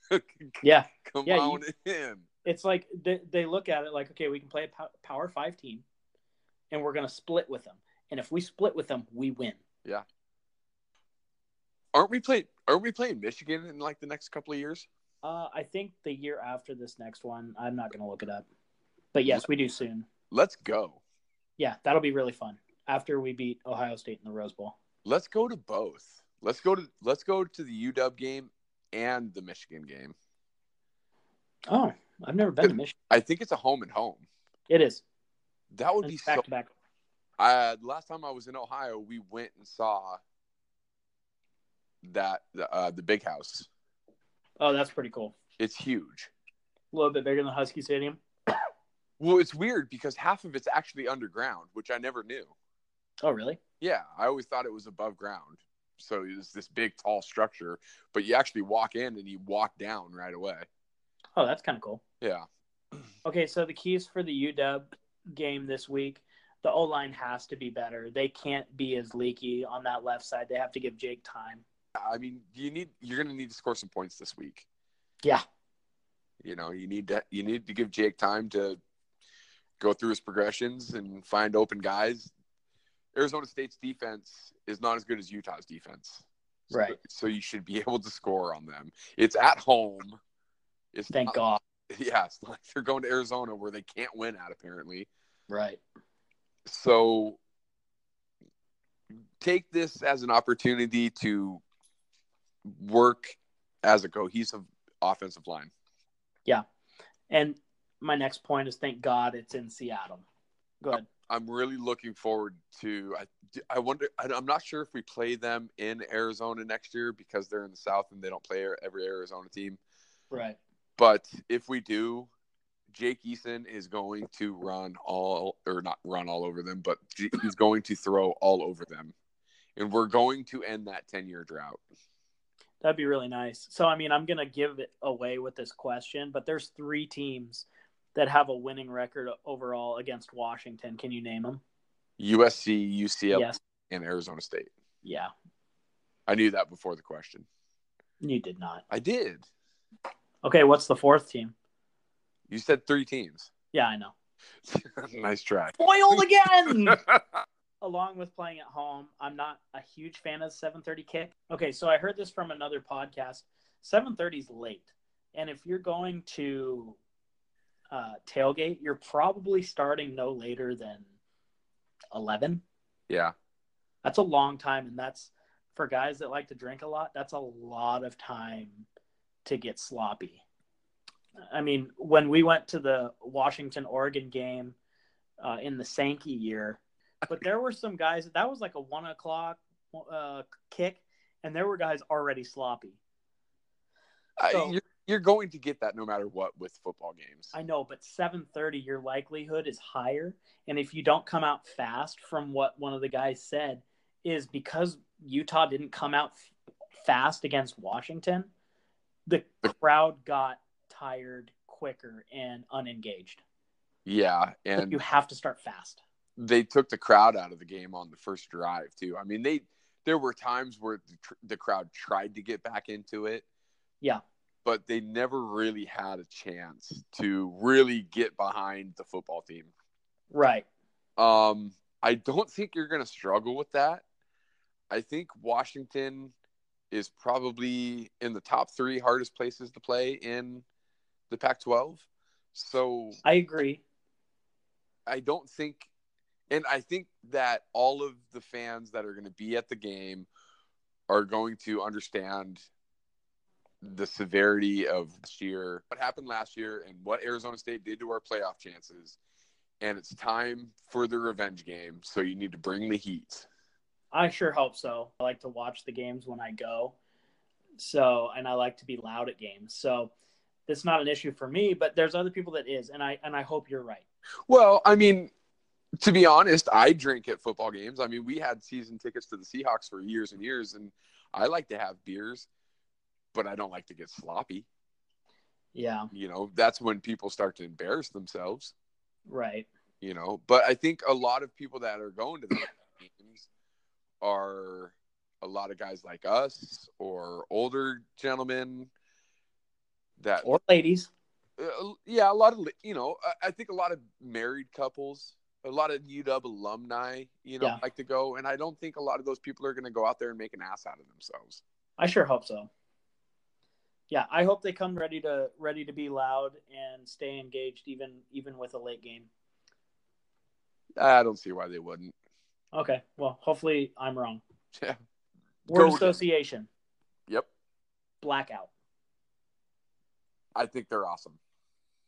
Speaker 2: Yeah,
Speaker 1: come
Speaker 2: Yeah,
Speaker 1: on in.
Speaker 2: it's like they, they look at it like, okay, we can play a pow- Power Five team, and we're gonna split with them. And if we split with them, we win.
Speaker 1: Aren't we playing? Aren't we playing Michigan in like the next couple of years?
Speaker 2: Uh, I think the year after this next one, I'm not gonna look it up, but yes, we do soon.
Speaker 1: Let's go.
Speaker 2: Yeah, that'll be really fun after we beat Ohio State in the Rose Bowl.
Speaker 1: Let's go to both. Let's go to let's go to the UW game and the Michigan game.
Speaker 2: Oh, I've never been to Michigan.
Speaker 1: I think it's a home and home.
Speaker 2: It is
Speaker 1: That would be
Speaker 2: It's back
Speaker 1: so.
Speaker 2: to back.
Speaker 1: I, last time I was in Ohio, we went and saw that uh, the big house.
Speaker 2: Oh, that's pretty cool.
Speaker 1: It's huge.
Speaker 2: A little bit bigger than Husky Stadium.
Speaker 1: Well, it's weird because half of it's actually underground, which I never knew.
Speaker 2: Oh, really?
Speaker 1: Yeah, I always thought it was above ground. So it was this big, tall structure, but you actually walk in and you walk down right away.
Speaker 2: Oh, that's kind of cool.
Speaker 1: Yeah.
Speaker 2: Okay, so the keys for the UW game this week, the O line has to be better. They can't be as leaky on that left side. They have to give Jake time.
Speaker 1: I mean, you need you're going to need to score some points this week.
Speaker 2: Yeah.
Speaker 1: You know, you need to you need to give Jake time to go through his progressions and find open guys. Arizona State's defense is not as good as Utah's defense. So-
Speaker 2: Right.
Speaker 1: So you should be able to score on them. It's at home. It's
Speaker 2: Thank
Speaker 1: not-
Speaker 2: God.
Speaker 1: Yeah, it's like they're going to Arizona where they can't win at apparently.
Speaker 2: Right.
Speaker 1: So take this as an opportunity to work as a cohesive offensive line.
Speaker 2: And my next point is thank God it's in Seattle. Go ahead.
Speaker 1: I'm really looking forward to. I, I wonder. I- I'm not sure if we play them in Arizona next year because they're in the South and they don't play every Arizona team.
Speaker 2: Right.
Speaker 1: But if we do, Jake Eason is going to run all, or not run all over them, but J- he's going to throw all over them, and we're going to end that 10 year drought.
Speaker 2: That'd be really nice. So, I mean, I'm going to give it away with this question, but there's three teams that have a winning record overall against Washington. Can you name them?
Speaker 1: USC, UCLA,
Speaker 2: Yes.
Speaker 1: and Arizona State.
Speaker 2: Yeah.
Speaker 1: I knew that before the question.
Speaker 2: You did not.
Speaker 1: I did.
Speaker 2: Okay. What's the fourth team?
Speaker 1: You said three teams.
Speaker 2: Yeah, I know.
Speaker 1: nice try.
Speaker 2: Foiled again. along with playing at home, I'm not a huge fan of 7:30 kick. Okay, so I heard this from another podcast. 7:30 is late, and if you're going to uh, tailgate, you're probably starting no later than 11.
Speaker 1: yeah.
Speaker 2: That's a long time, and that's for guys that like to drink a lot. That's a lot of time to get sloppy. I mean, when we went to the Washington Oregon game uh, in the Sankey year, but there were some guys that was like a one o'clock uh, kick, and there were guys already sloppy.
Speaker 1: I,
Speaker 2: So-
Speaker 1: you're, you're going to get that no matter what with football games.
Speaker 2: I know, but 7:30 your likelihood is higher and if you don't come out fast from what one of the guys said is because Utah didn't come out f- fast against Washington, the crowd got tired quicker and unengaged.
Speaker 1: yeah.
Speaker 2: Like,
Speaker 1: And
Speaker 2: you have to start fast.
Speaker 1: they took the crowd out of the game on the first drive, too. I mean, they there were times where the, tr- the crowd tried to get back into it.
Speaker 2: Yeah.
Speaker 1: But they never really had a chance to really get behind the football team.
Speaker 2: Right.
Speaker 1: Um, I don't think you're going to struggle with that. I think Washington is probably in the top three hardest places to play in the Pac 12. So
Speaker 2: I agree.
Speaker 1: I don't think, and I think that all of the fans that are going to be at the game are going to understand the severity of this year, what happened last year, and what Arizona State did to our playoff chances. And it's time for the revenge game. So you need to bring the heat.
Speaker 2: I sure hope so. I like to watch the games when I go. So, and I like to be loud at games. So, that's not an issue for me, but there's other people that is, and I and I hope you're right.
Speaker 1: Well, I mean, to be honest, I drink at football games. I mean, we had season tickets to the Seahawks for years and years, and I like to have beers, but I don't like to get sloppy.
Speaker 2: Yeah.
Speaker 1: You know, that's when people start to embarrass themselves,
Speaker 2: Right.
Speaker 1: you know. But I think a lot of people that are going to those games are a lot of guys like us or older gentlemen that
Speaker 2: Or ladies.
Speaker 1: uh, yeah, a lot of li- you know, I, I think a lot of married couples, a lot of UW alumni, you know,
Speaker 2: Yeah.
Speaker 1: like to go, and I don't think a lot of those people are going to go out there and make an ass out of themselves.
Speaker 2: I sure hope so. Yeah, I hope they come ready to ready to be loud and stay engaged even even with a late game.
Speaker 1: I don't see why they wouldn't.
Speaker 2: Okay. Well, hopefully I'm wrong.
Speaker 1: Yeah.
Speaker 2: Word
Speaker 1: Go-
Speaker 2: association,
Speaker 1: Yep,
Speaker 2: blackout.
Speaker 1: I think they're awesome.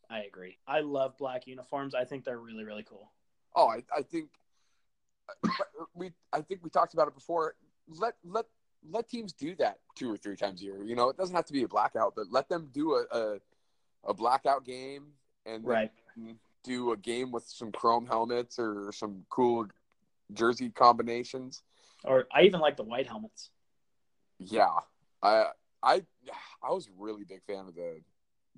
Speaker 2: I agree. I love black uniforms. I think they're really really cool.
Speaker 1: Oh, I, I think we I think we talked about it before. Let let let teams do that two or three times a year. You know, it doesn't have to be a blackout, but let them do a a, a blackout game and then
Speaker 2: Right.
Speaker 1: do a game with some chrome helmets or some cool jersey combinations.
Speaker 2: Or I even like the white helmets.
Speaker 1: Yeah, I I I was a really big fan of the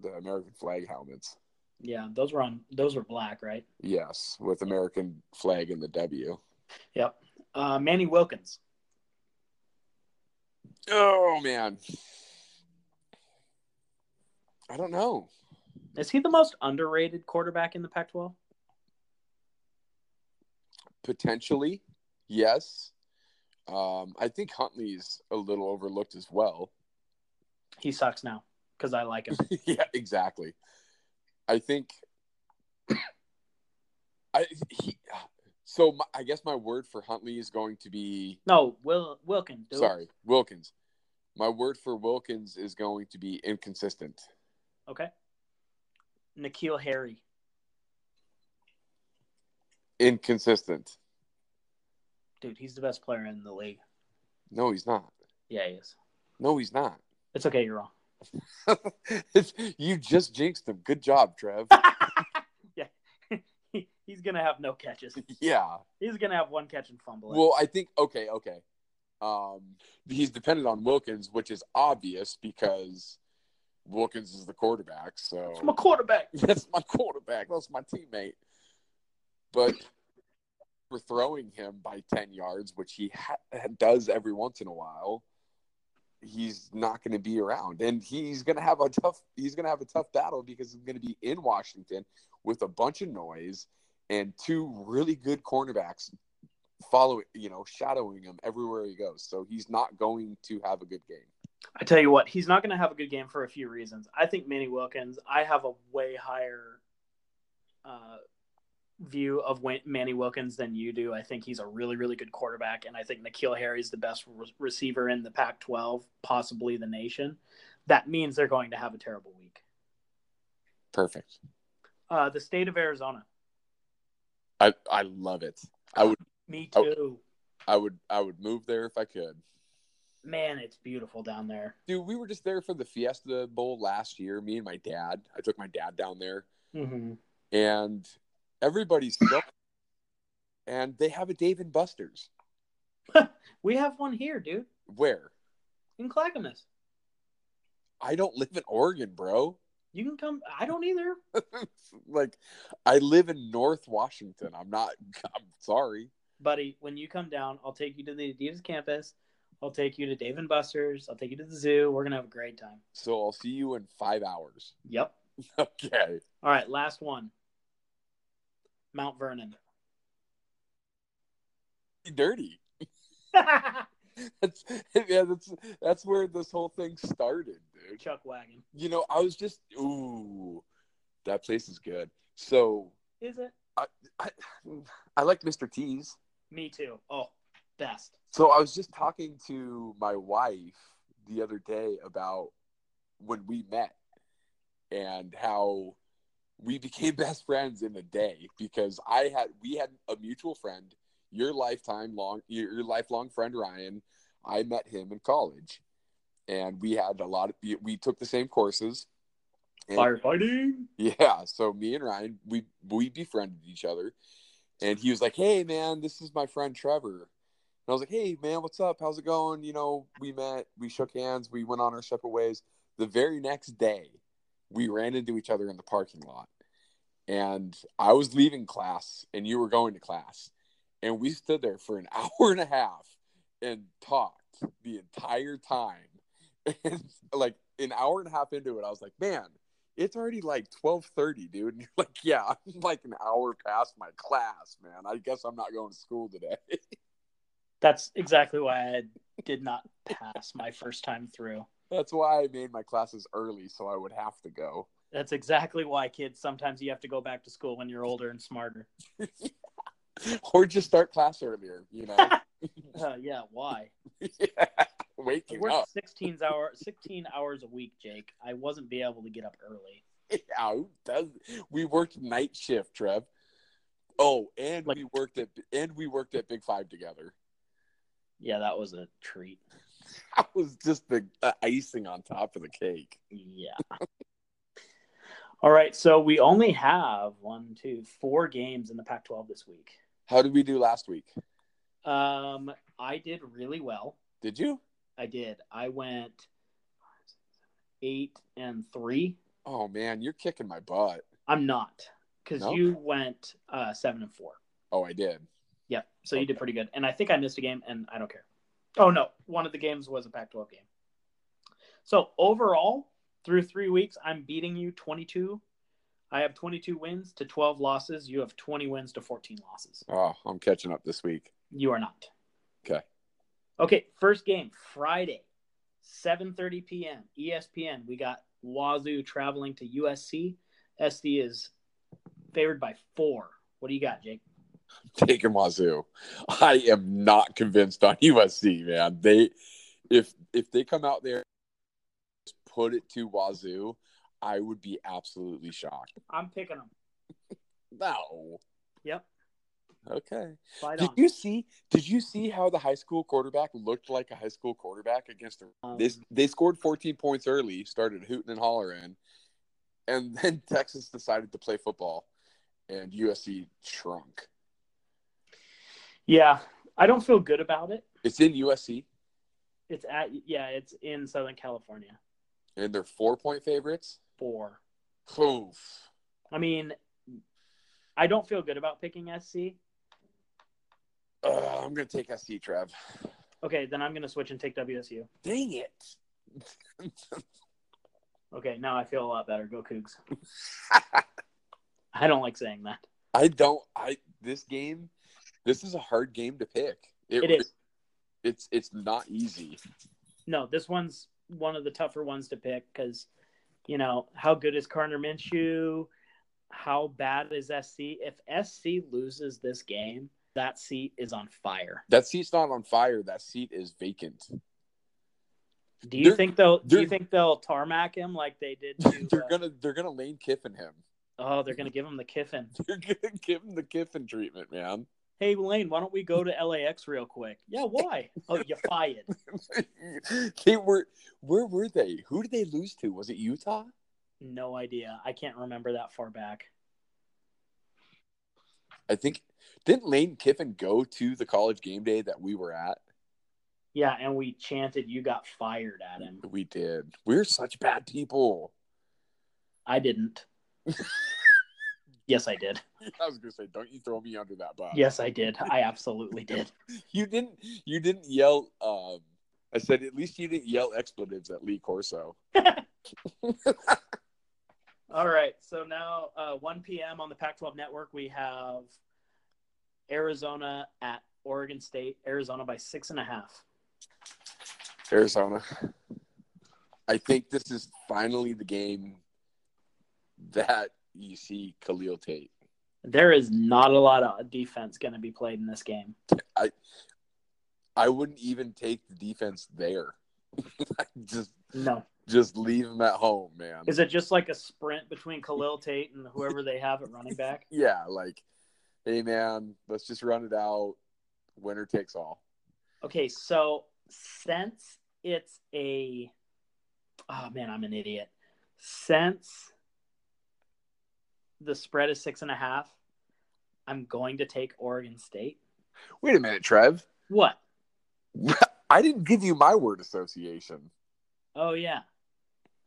Speaker 1: the American flag helmets.
Speaker 2: Yeah, those were on those were black, right?
Speaker 1: Yes, with American flag and the W.
Speaker 2: Yep. Uh, Manny Wilkins.
Speaker 1: Oh man, I don't know.
Speaker 2: Is he the most underrated quarterback in the Pac-12?
Speaker 1: Potentially, yes. Um, I think Huntley's a little overlooked as well.
Speaker 2: He sucks now because I like him.
Speaker 1: yeah, exactly. I think I he, so my, I guess my word for Huntley is going to be
Speaker 2: No, Will Wilkins. Dude.
Speaker 1: sorry, Wilkins. My word for Wilkins is going to be inconsistent.
Speaker 2: Okay. Nikhil Harry.
Speaker 1: Inconsistent.
Speaker 2: Dude, he's the best player in the league.
Speaker 1: No, he's not.
Speaker 2: Yeah, he is.
Speaker 1: No, he's not.
Speaker 2: It's okay, you're wrong.
Speaker 1: you just jinxed him. Good job, Trev.
Speaker 2: yeah. He- he's gonna have no catches.
Speaker 1: yeah.
Speaker 2: He's gonna have one catch and fumble.
Speaker 1: Well, I think okay, okay. Um, he's dependent on Wilkins, which is obvious because Wilkins is the quarterback. So
Speaker 2: from a quarterback.
Speaker 1: that's my quarterback. That's my teammate. But we're throwing him by 10 yards, which he ha- does every once in a while. He's not going to be around, and he's going to have a tough. He's going to have a tough battle because he's going to be in Washington with a bunch of noise and two really good cornerbacks following, you know, shadowing him everywhere he goes. So he's not going to have a good game.
Speaker 2: I tell you what, he's not gonna have a good game for a few reasons. I think Manny Wilkins. I have a way higher uh, view of Wen- Manny Wilkins than you do. I think he's a really, really good quarterback, and I think Nikhil Harry is the best re- receiver in the Pac-12, possibly the nation. That means they're going to have a terrible week.
Speaker 1: Perfect.
Speaker 2: Uh, the state of Arizona.
Speaker 1: I I love it. I would
Speaker 2: Me
Speaker 1: Oh.
Speaker 2: too.
Speaker 1: I would I would move there if I could.
Speaker 2: Man, it's beautiful down there.
Speaker 1: Dude, we were just there for the Fiesta Bowl last year. Me and my dad. I took my dad down there,
Speaker 2: Mm-hmm.
Speaker 1: and everybody's so. And they have a Dave and Buster's.
Speaker 2: We have one here, dude,
Speaker 1: Where
Speaker 2: in Clackamas.
Speaker 1: I don't live in Oregon, bro.
Speaker 2: You can come. I don't either.
Speaker 1: like, I live in North Washington. I'm not. I'm sorry.
Speaker 2: buddy, when you come down, I'll take you to the Adidas campus. I'll take you to Dave and Buster's. I'll take you to the zoo. We're gonna have a great time.
Speaker 1: So I'll see you in five hours.
Speaker 2: Yep.
Speaker 1: Okay.
Speaker 2: All right, last one. Mount Vernon.
Speaker 1: Dirty. That's yeah. That's that's where this whole thing started, dude.
Speaker 2: Chuck wagon.
Speaker 1: You know, I was just ooh, that place is good. So
Speaker 2: Is it?
Speaker 1: I, I like Mr. T's.
Speaker 2: Me too. Oh, best.
Speaker 1: So I was just talking to my wife the other day about when we met and how we became best friends in a day because I had we had a mutual friend, your lifetime long your, your lifelong friend Ryan. I met him in college, and we had a lot of we took the same courses. and-
Speaker 2: Firefighting.
Speaker 1: yeah, so me and Ryan, we we befriended each other, and he was like, "Hey, man, this is my friend Trevor," and I was like, "Hey, man, what's up? How's it going?" You know, we met, we shook hands, we went on our separate ways. The very next day, we ran into each other in the parking lot. And I was leaving class and you were going to class. And we stood there for an hour and a half and talked the entire time. And like an hour and a half into it, I was like, man, it's already like 1230, dude. And you're like, yeah, I'm like an hour past my class, man. I guess I'm not going to school today.
Speaker 2: That's exactly why I did not pass my first time through.
Speaker 1: That's why I made my classes early so I would have to go.
Speaker 2: That's exactly why, kids, sometimes you have to go back to school when you're older and smarter.
Speaker 1: or just start class earlier, you know.
Speaker 2: Uh, yeah, why?
Speaker 1: yeah. Waking
Speaker 2: We're
Speaker 1: up.
Speaker 2: 16 hour 16 hours a week, Jake. I wasn't be able to get up early.
Speaker 1: Yeah, who does? We worked night shift, Trev. Oh, and
Speaker 2: Like-
Speaker 1: we worked at and we worked at Big Five together.
Speaker 2: Yeah, that was a treat.
Speaker 1: That was just the uh, icing on top of the cake.
Speaker 2: Yeah. All right, so we only have one, two, four games in the Pac-12 this week.
Speaker 1: How did we do last week?
Speaker 2: Um, I did really well.
Speaker 1: Did you?
Speaker 2: I did. I went eight and three.
Speaker 1: Oh man, you're kicking my butt.
Speaker 2: I'm not because
Speaker 1: No?
Speaker 2: you went uh, seven and four.
Speaker 1: Oh, I did.
Speaker 2: Yeah, so you did
Speaker 1: Okay.
Speaker 2: pretty good. And I think I missed a game, and I don't care. Oh no, one of the games was a Pac-12 game. So overall, through three weeks, I'm beating you 22. I have 22 wins to 12 losses. You have 20 wins to 14 losses.
Speaker 1: Oh, I'm catching up this week.
Speaker 2: You are not.
Speaker 1: Okay.
Speaker 2: Okay, first game Friday, 7:30 p.m. ESPN. We got Wazoo traveling to USC. SD is favored by 4. What do you got, Jake?
Speaker 1: Taking Wazoo. I am not convinced on USC, man. They if if they come out there just put it to Wazoo, I would be absolutely shocked.
Speaker 2: I'm picking them.
Speaker 1: No.
Speaker 2: Yep.
Speaker 1: Okay.
Speaker 2: Fight
Speaker 1: Did
Speaker 2: on.
Speaker 1: you see did you see how the high school quarterback looked like a high school quarterback against the
Speaker 2: Um,
Speaker 1: they, they scored 14 points early, started hooting and hollering, and then Texas decided to play football and USC shrunk.
Speaker 2: Yeah, I don't feel good about it.
Speaker 1: It's in USC
Speaker 2: It's at yeah, it's in Southern California.
Speaker 1: and they're four point favorites.
Speaker 2: 4.
Speaker 1: Oof.
Speaker 2: I mean, I don't feel good about picking SC.
Speaker 1: Uh, I'm gonna take SC, Trev.
Speaker 2: Okay, then I'm going to switch and take WSU.
Speaker 1: Dang it.
Speaker 2: Okay, now I feel a lot better. Go Cougs. I don't like saying that.
Speaker 1: I don't I this game this is a hard game to pick.
Speaker 2: It is.
Speaker 1: it's it's not easy.
Speaker 2: No, this one's one of the tougher ones to pick because, you know, how good is Carter Minshew? How bad is SC? If SC loses this game, that seat is on fire.
Speaker 1: That seat's not on fire. That seat is vacant.
Speaker 2: Do you
Speaker 1: They're-
Speaker 2: think they'll? Do you
Speaker 1: they're-
Speaker 2: think they'll tarmac him like they did? To,
Speaker 1: they're
Speaker 2: uh,
Speaker 1: gonna they're gonna lane Kiffin him.
Speaker 2: oh, they're gonna give him the kiffin.
Speaker 1: They're gonna give him the Kiffin treatment, man.
Speaker 2: Hey, Lane, why don't we go to LAX real quick? Yeah, why? Oh, you fired.
Speaker 1: they were where were they? Who did they lose to? Was it Utah?
Speaker 2: No idea. I can't remember that far back.
Speaker 1: I think didn't Lane Kiffin go to the college game day that we were at?
Speaker 2: Yeah, and we chanted, "You got fired" at him.
Speaker 1: We did. We're such bad people.
Speaker 2: I didn't. yes, I did.
Speaker 1: I was gonna say, don't you throw me under that bus.
Speaker 2: Yes, I did. I absolutely did.
Speaker 1: You didn't you didn't yell um I said at least you didn't yell expletives at Lee Corso.
Speaker 2: All right. So now, uh, 1 p.m. on the Pac 12 network, we have Arizona at Oregon State, Arizona by six and a half.
Speaker 1: Arizona. I think this is finally the game that you see Khalil Tate.
Speaker 2: There is not a lot of defense going to be played in this game.
Speaker 1: I wouldn't even take the defense there. just
Speaker 2: No.
Speaker 1: just leave him at home, man.
Speaker 2: Is it just like a sprint between Khalil Tate and whoever they have at running back?
Speaker 1: yeah, like, hey man, let's just run it out. Winner takes all.
Speaker 2: Okay, so since it's a oh man, I'm an idiot. Since the spread is six and a half, I'm going to take Oregon State.
Speaker 1: Wait a minute, Trev.
Speaker 2: What?
Speaker 1: I didn't give you my word association.
Speaker 2: Oh yeah.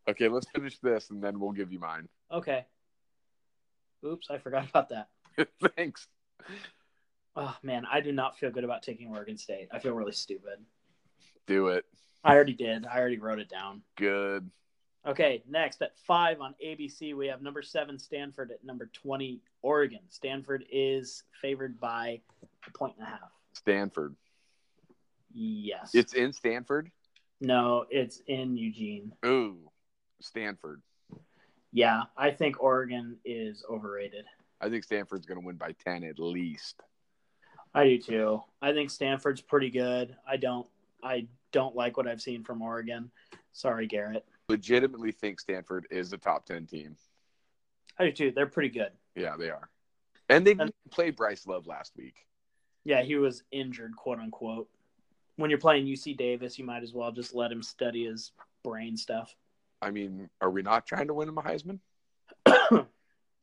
Speaker 1: Okay, let's finish this and then we'll give you mine.
Speaker 2: Okay. Oops, I forgot about that.
Speaker 1: Thanks.
Speaker 2: Oh man, I do not feel good about taking Oregon State. I feel really stupid.
Speaker 1: Do it.
Speaker 2: I already did. I already wrote it down.
Speaker 1: Good.
Speaker 2: Okay, next at five on ABC, we have number seven Stanford at number twenty Oregon. Stanford is favored by a point and a half.
Speaker 1: Stanford.
Speaker 2: Yes.
Speaker 1: It's in Stanford.
Speaker 2: no, it's in Eugene.
Speaker 1: Ooh, Stanford.
Speaker 2: Yeah, I think Oregon is overrated.
Speaker 1: I think Stanford's going to win by 10 at least.
Speaker 2: I do too. I think Stanford's pretty good. I don't. I don't like what I've seen from Oregon. Sorry, Garrett.
Speaker 1: Legitimately think Stanford is a top 10 team.
Speaker 2: I do too. They're pretty good.
Speaker 1: Yeah, they are. And they
Speaker 2: And-
Speaker 1: didn't play Bryce Love last week.
Speaker 2: Yeah, he was injured, quote unquote. When you're playing UC Davis, you might as well just let him study his brain stuff.
Speaker 1: I mean, are we not trying to win him a Heisman?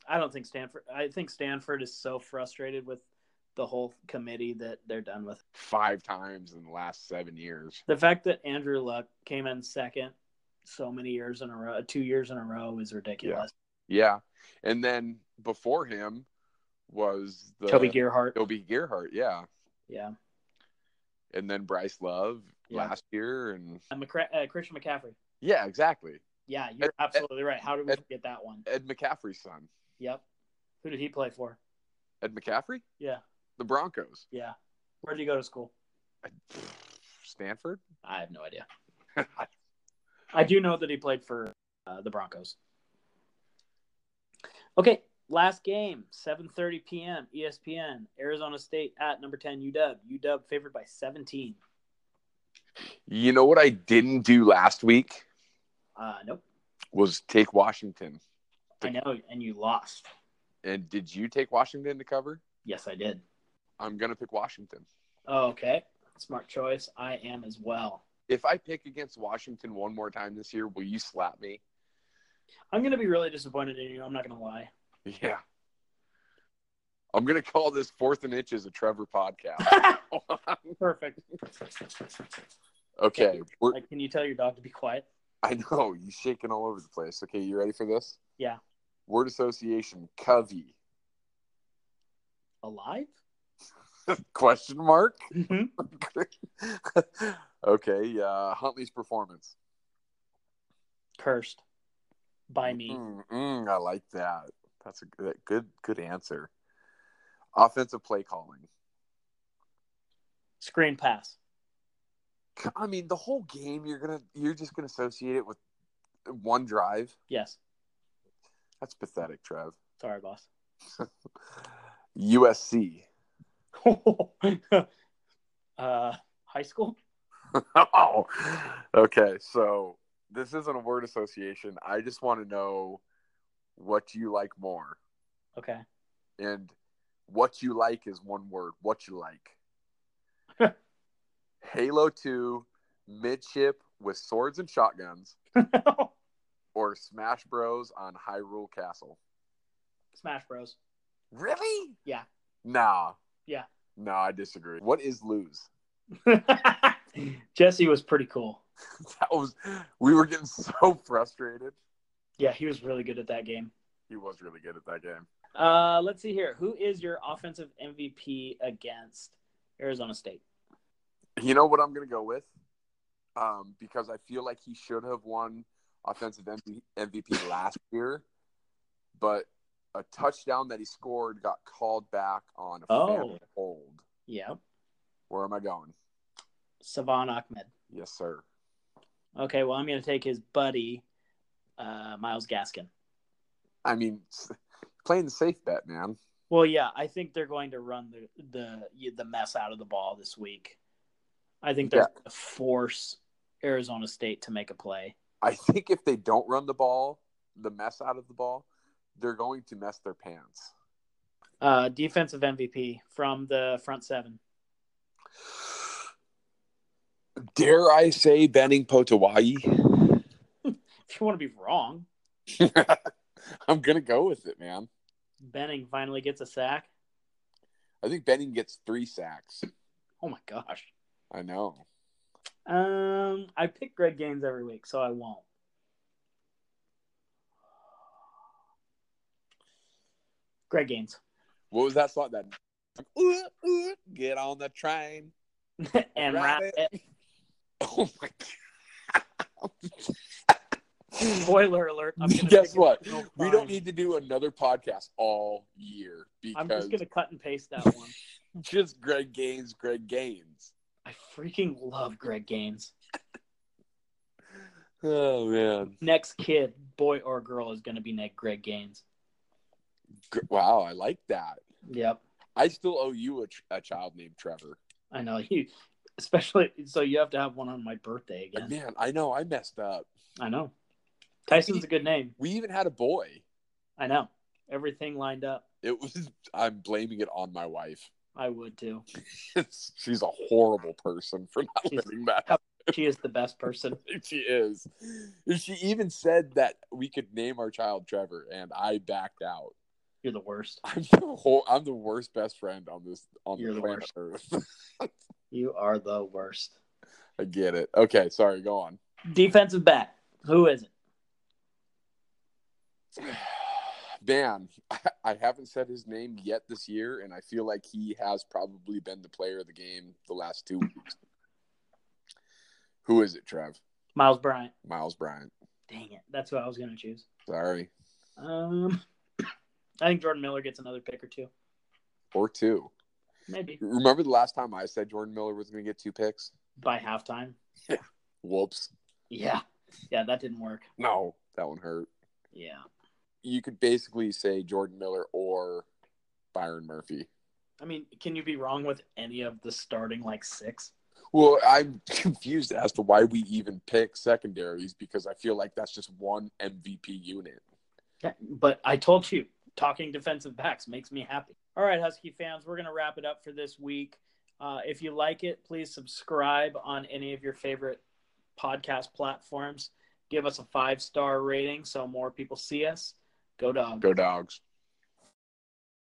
Speaker 2: I don't think Stanford. I think Stanford is so frustrated with the whole committee that they're done with it.
Speaker 1: Five times in the last seven years.
Speaker 2: the fact that Andrew Luck came in second so many years in a row, two years in a row, is ridiculous.
Speaker 1: Yeah. And then before him was the
Speaker 2: Toby Gearhart,
Speaker 1: Toby Gearhart. Yeah.
Speaker 2: yeah,
Speaker 1: And then Bryce Love
Speaker 2: Yeah.
Speaker 1: last year. And
Speaker 2: And McCra- uh, Christian McCaffrey.
Speaker 1: yeah, exactly.
Speaker 2: Yeah, you're absolutely right. How did we
Speaker 1: Ed-
Speaker 2: forget that one?
Speaker 1: Ed McCaffrey's son.
Speaker 2: Yep. Who did he play for?
Speaker 1: Ed McCaffrey?
Speaker 2: Yeah.
Speaker 1: The Broncos.
Speaker 2: Yeah. Where did he go to school?
Speaker 1: Stanford?
Speaker 2: I have no idea. I do know that he played for uh, the Broncos. Okay, last game, 7:30 p.m. ESPN. Arizona State at number 10 UW. UW favored by 17.
Speaker 1: You know what I didn't do last week
Speaker 2: Uh, nope.
Speaker 1: was take Washington.
Speaker 2: I know, and you lost.
Speaker 1: And did you take Washington to cover?
Speaker 2: Yes, I did.
Speaker 1: I'm going to pick Washington.
Speaker 2: Oh, okay, smart choice. I am as well.
Speaker 1: If I pick against Washington one more time this year, will you slap me?
Speaker 2: I'm gonna be really disappointed in you. I'm not gonna lie.
Speaker 1: Yeah. I'm going to call this Fourth and Inches a Trevor podcast.
Speaker 2: Perfect.
Speaker 1: okay. We're,
Speaker 2: Like, can you tell your dog to be quiet?
Speaker 1: I know you're shaking all over the place. Okay. You ready for this?
Speaker 2: Yeah.
Speaker 1: Word association Covey.
Speaker 2: Alive?
Speaker 1: Question mark?
Speaker 2: Mm-hmm.
Speaker 1: okay. Uh, Huntley's performance.
Speaker 2: Cursed by me.
Speaker 1: Mm, mm, I like that. That's a good, good, good answer. Offensive play calling.
Speaker 2: Screen pass.
Speaker 1: C- I mean, the whole game you're gonna you're just gonna associate it with one drive.
Speaker 2: Yes.
Speaker 1: That's pathetic, Trev.
Speaker 2: Sorry, boss.
Speaker 1: USC.
Speaker 2: uh, high school?
Speaker 1: oh, okay. So this isn't a word association. I just want to know what you like more,
Speaker 2: Okay.
Speaker 1: and what you like is one word. What you like. Halo Two, midship with swords and shotguns. or Smash Bros on Hyrule Castle.
Speaker 2: Smash Bros.
Speaker 1: Really?
Speaker 2: Yeah.
Speaker 1: Nah.
Speaker 2: Yeah.
Speaker 1: No, I disagree. What is lose?
Speaker 2: Jesse was pretty cool.
Speaker 1: That was we were getting so frustrated.
Speaker 2: Yeah, he was really good at that game.
Speaker 1: He was really good at that game.
Speaker 2: Uh, let's see here. Who is your offensive MVP against Arizona State?
Speaker 1: You know what I'm gonna go with? Um, because I feel like he should have won offensive MV- MVP last year, but a touchdown that he scored got called back on a
Speaker 2: Oh.
Speaker 1: fan hold.
Speaker 2: Yeah,
Speaker 1: Where am I going?
Speaker 2: Savan Ahmed.
Speaker 1: Yes, sir.
Speaker 2: Okay, well, I'm going to take his buddy, uh, Miles Gaskin.
Speaker 1: I mean, playing the safe bet, man.
Speaker 2: Well, yeah, I think they're going to run the the the mess out of the ball this week. I think they're
Speaker 1: Yeah.
Speaker 2: going to force Arizona State to make a play.
Speaker 1: I think if they don't run the ball, the mess out of the ball, they're going to mess their pants.
Speaker 2: Uh, defensive MVP from the front seven.
Speaker 1: Dare I say Benning Potawai?
Speaker 2: If you want to be wrong,
Speaker 1: I'm going to go with it, man.
Speaker 2: Benning finally gets a sack.
Speaker 1: I think Benning gets three sacks.
Speaker 2: Oh my gosh.
Speaker 1: I know.
Speaker 2: Um, I pick Greg Gaines every week, so I won't. Greg Gaines.
Speaker 1: What was that song? That ooh, ooh, get on the train
Speaker 2: and wrap it.
Speaker 1: Oh my god!
Speaker 2: Spoiler alert. I'm gonna
Speaker 1: Guess
Speaker 2: pick it
Speaker 1: what?
Speaker 2: up real
Speaker 1: we
Speaker 2: fine.
Speaker 1: don't need to do another podcast all year
Speaker 2: I'm
Speaker 1: because
Speaker 2: just gonna cut and paste that one.
Speaker 1: just Greg Gaines, Greg Gaines.
Speaker 2: I freaking love Greg Gaines.
Speaker 1: Oh man!
Speaker 2: Next kid, boy or girl, is gonna be Nick Greg Gaines.
Speaker 1: Gr- Wow, I like that.
Speaker 2: Yep.
Speaker 1: I still owe you a, tr- a child named Trevor.
Speaker 2: I know you especially so you have to have one on my birthday again.
Speaker 1: Man, I know I messed up.
Speaker 2: I know. Tyson's a good name.
Speaker 1: We even had a boy.
Speaker 2: I know. Everything lined up.
Speaker 1: It was. I'm blaming it on my wife.
Speaker 2: I would too.
Speaker 1: She's a horrible person for not
Speaker 2: She's-
Speaker 1: letting that.
Speaker 2: She is the best person.
Speaker 1: She is. She even said that we could name our child Trevor, and I backed out.
Speaker 2: You're the worst.
Speaker 1: I'm the whole, I'm the worst best friend on this on
Speaker 2: You're
Speaker 1: the
Speaker 2: the
Speaker 1: planet Earth.
Speaker 2: You are the worst.
Speaker 1: I get it. Okay, sorry. Go on.
Speaker 2: Defensive back. Who is it?
Speaker 1: Dan, I, I haven't said his name yet this year, and I feel like he has probably been the player of the game the last two weeks. Who is it, Trev?
Speaker 2: Miles Bryant.
Speaker 1: Miles Bryant.
Speaker 2: Dang it. That's who I was gonna choose.
Speaker 1: Sorry.
Speaker 2: Um I think Jordan Miller gets another pick or two.
Speaker 1: Or two.
Speaker 2: Maybe.
Speaker 1: Remember the last time I said Jordan Miller was going to get two picks?
Speaker 2: By halftime.
Speaker 1: Whoops.
Speaker 2: Yeah. Yeah, that didn't work.
Speaker 1: No, that one hurt.
Speaker 2: Yeah.
Speaker 1: You could basically say Jordan Miller or Byron Murphy.
Speaker 2: I mean, can you be wrong with any of the starting like six?
Speaker 1: Well, I'm confused as to why we even pick secondaries because I feel like that's just one MVP unit.
Speaker 2: But I told you, talking defensive backs makes me happy. All right, Husky fans, we're going to wrap it up for this week. Uh, if you like it, please subscribe on any of your favorite podcast platforms. Give us a five star rating so more people see us. Go dog.
Speaker 1: Go dogs.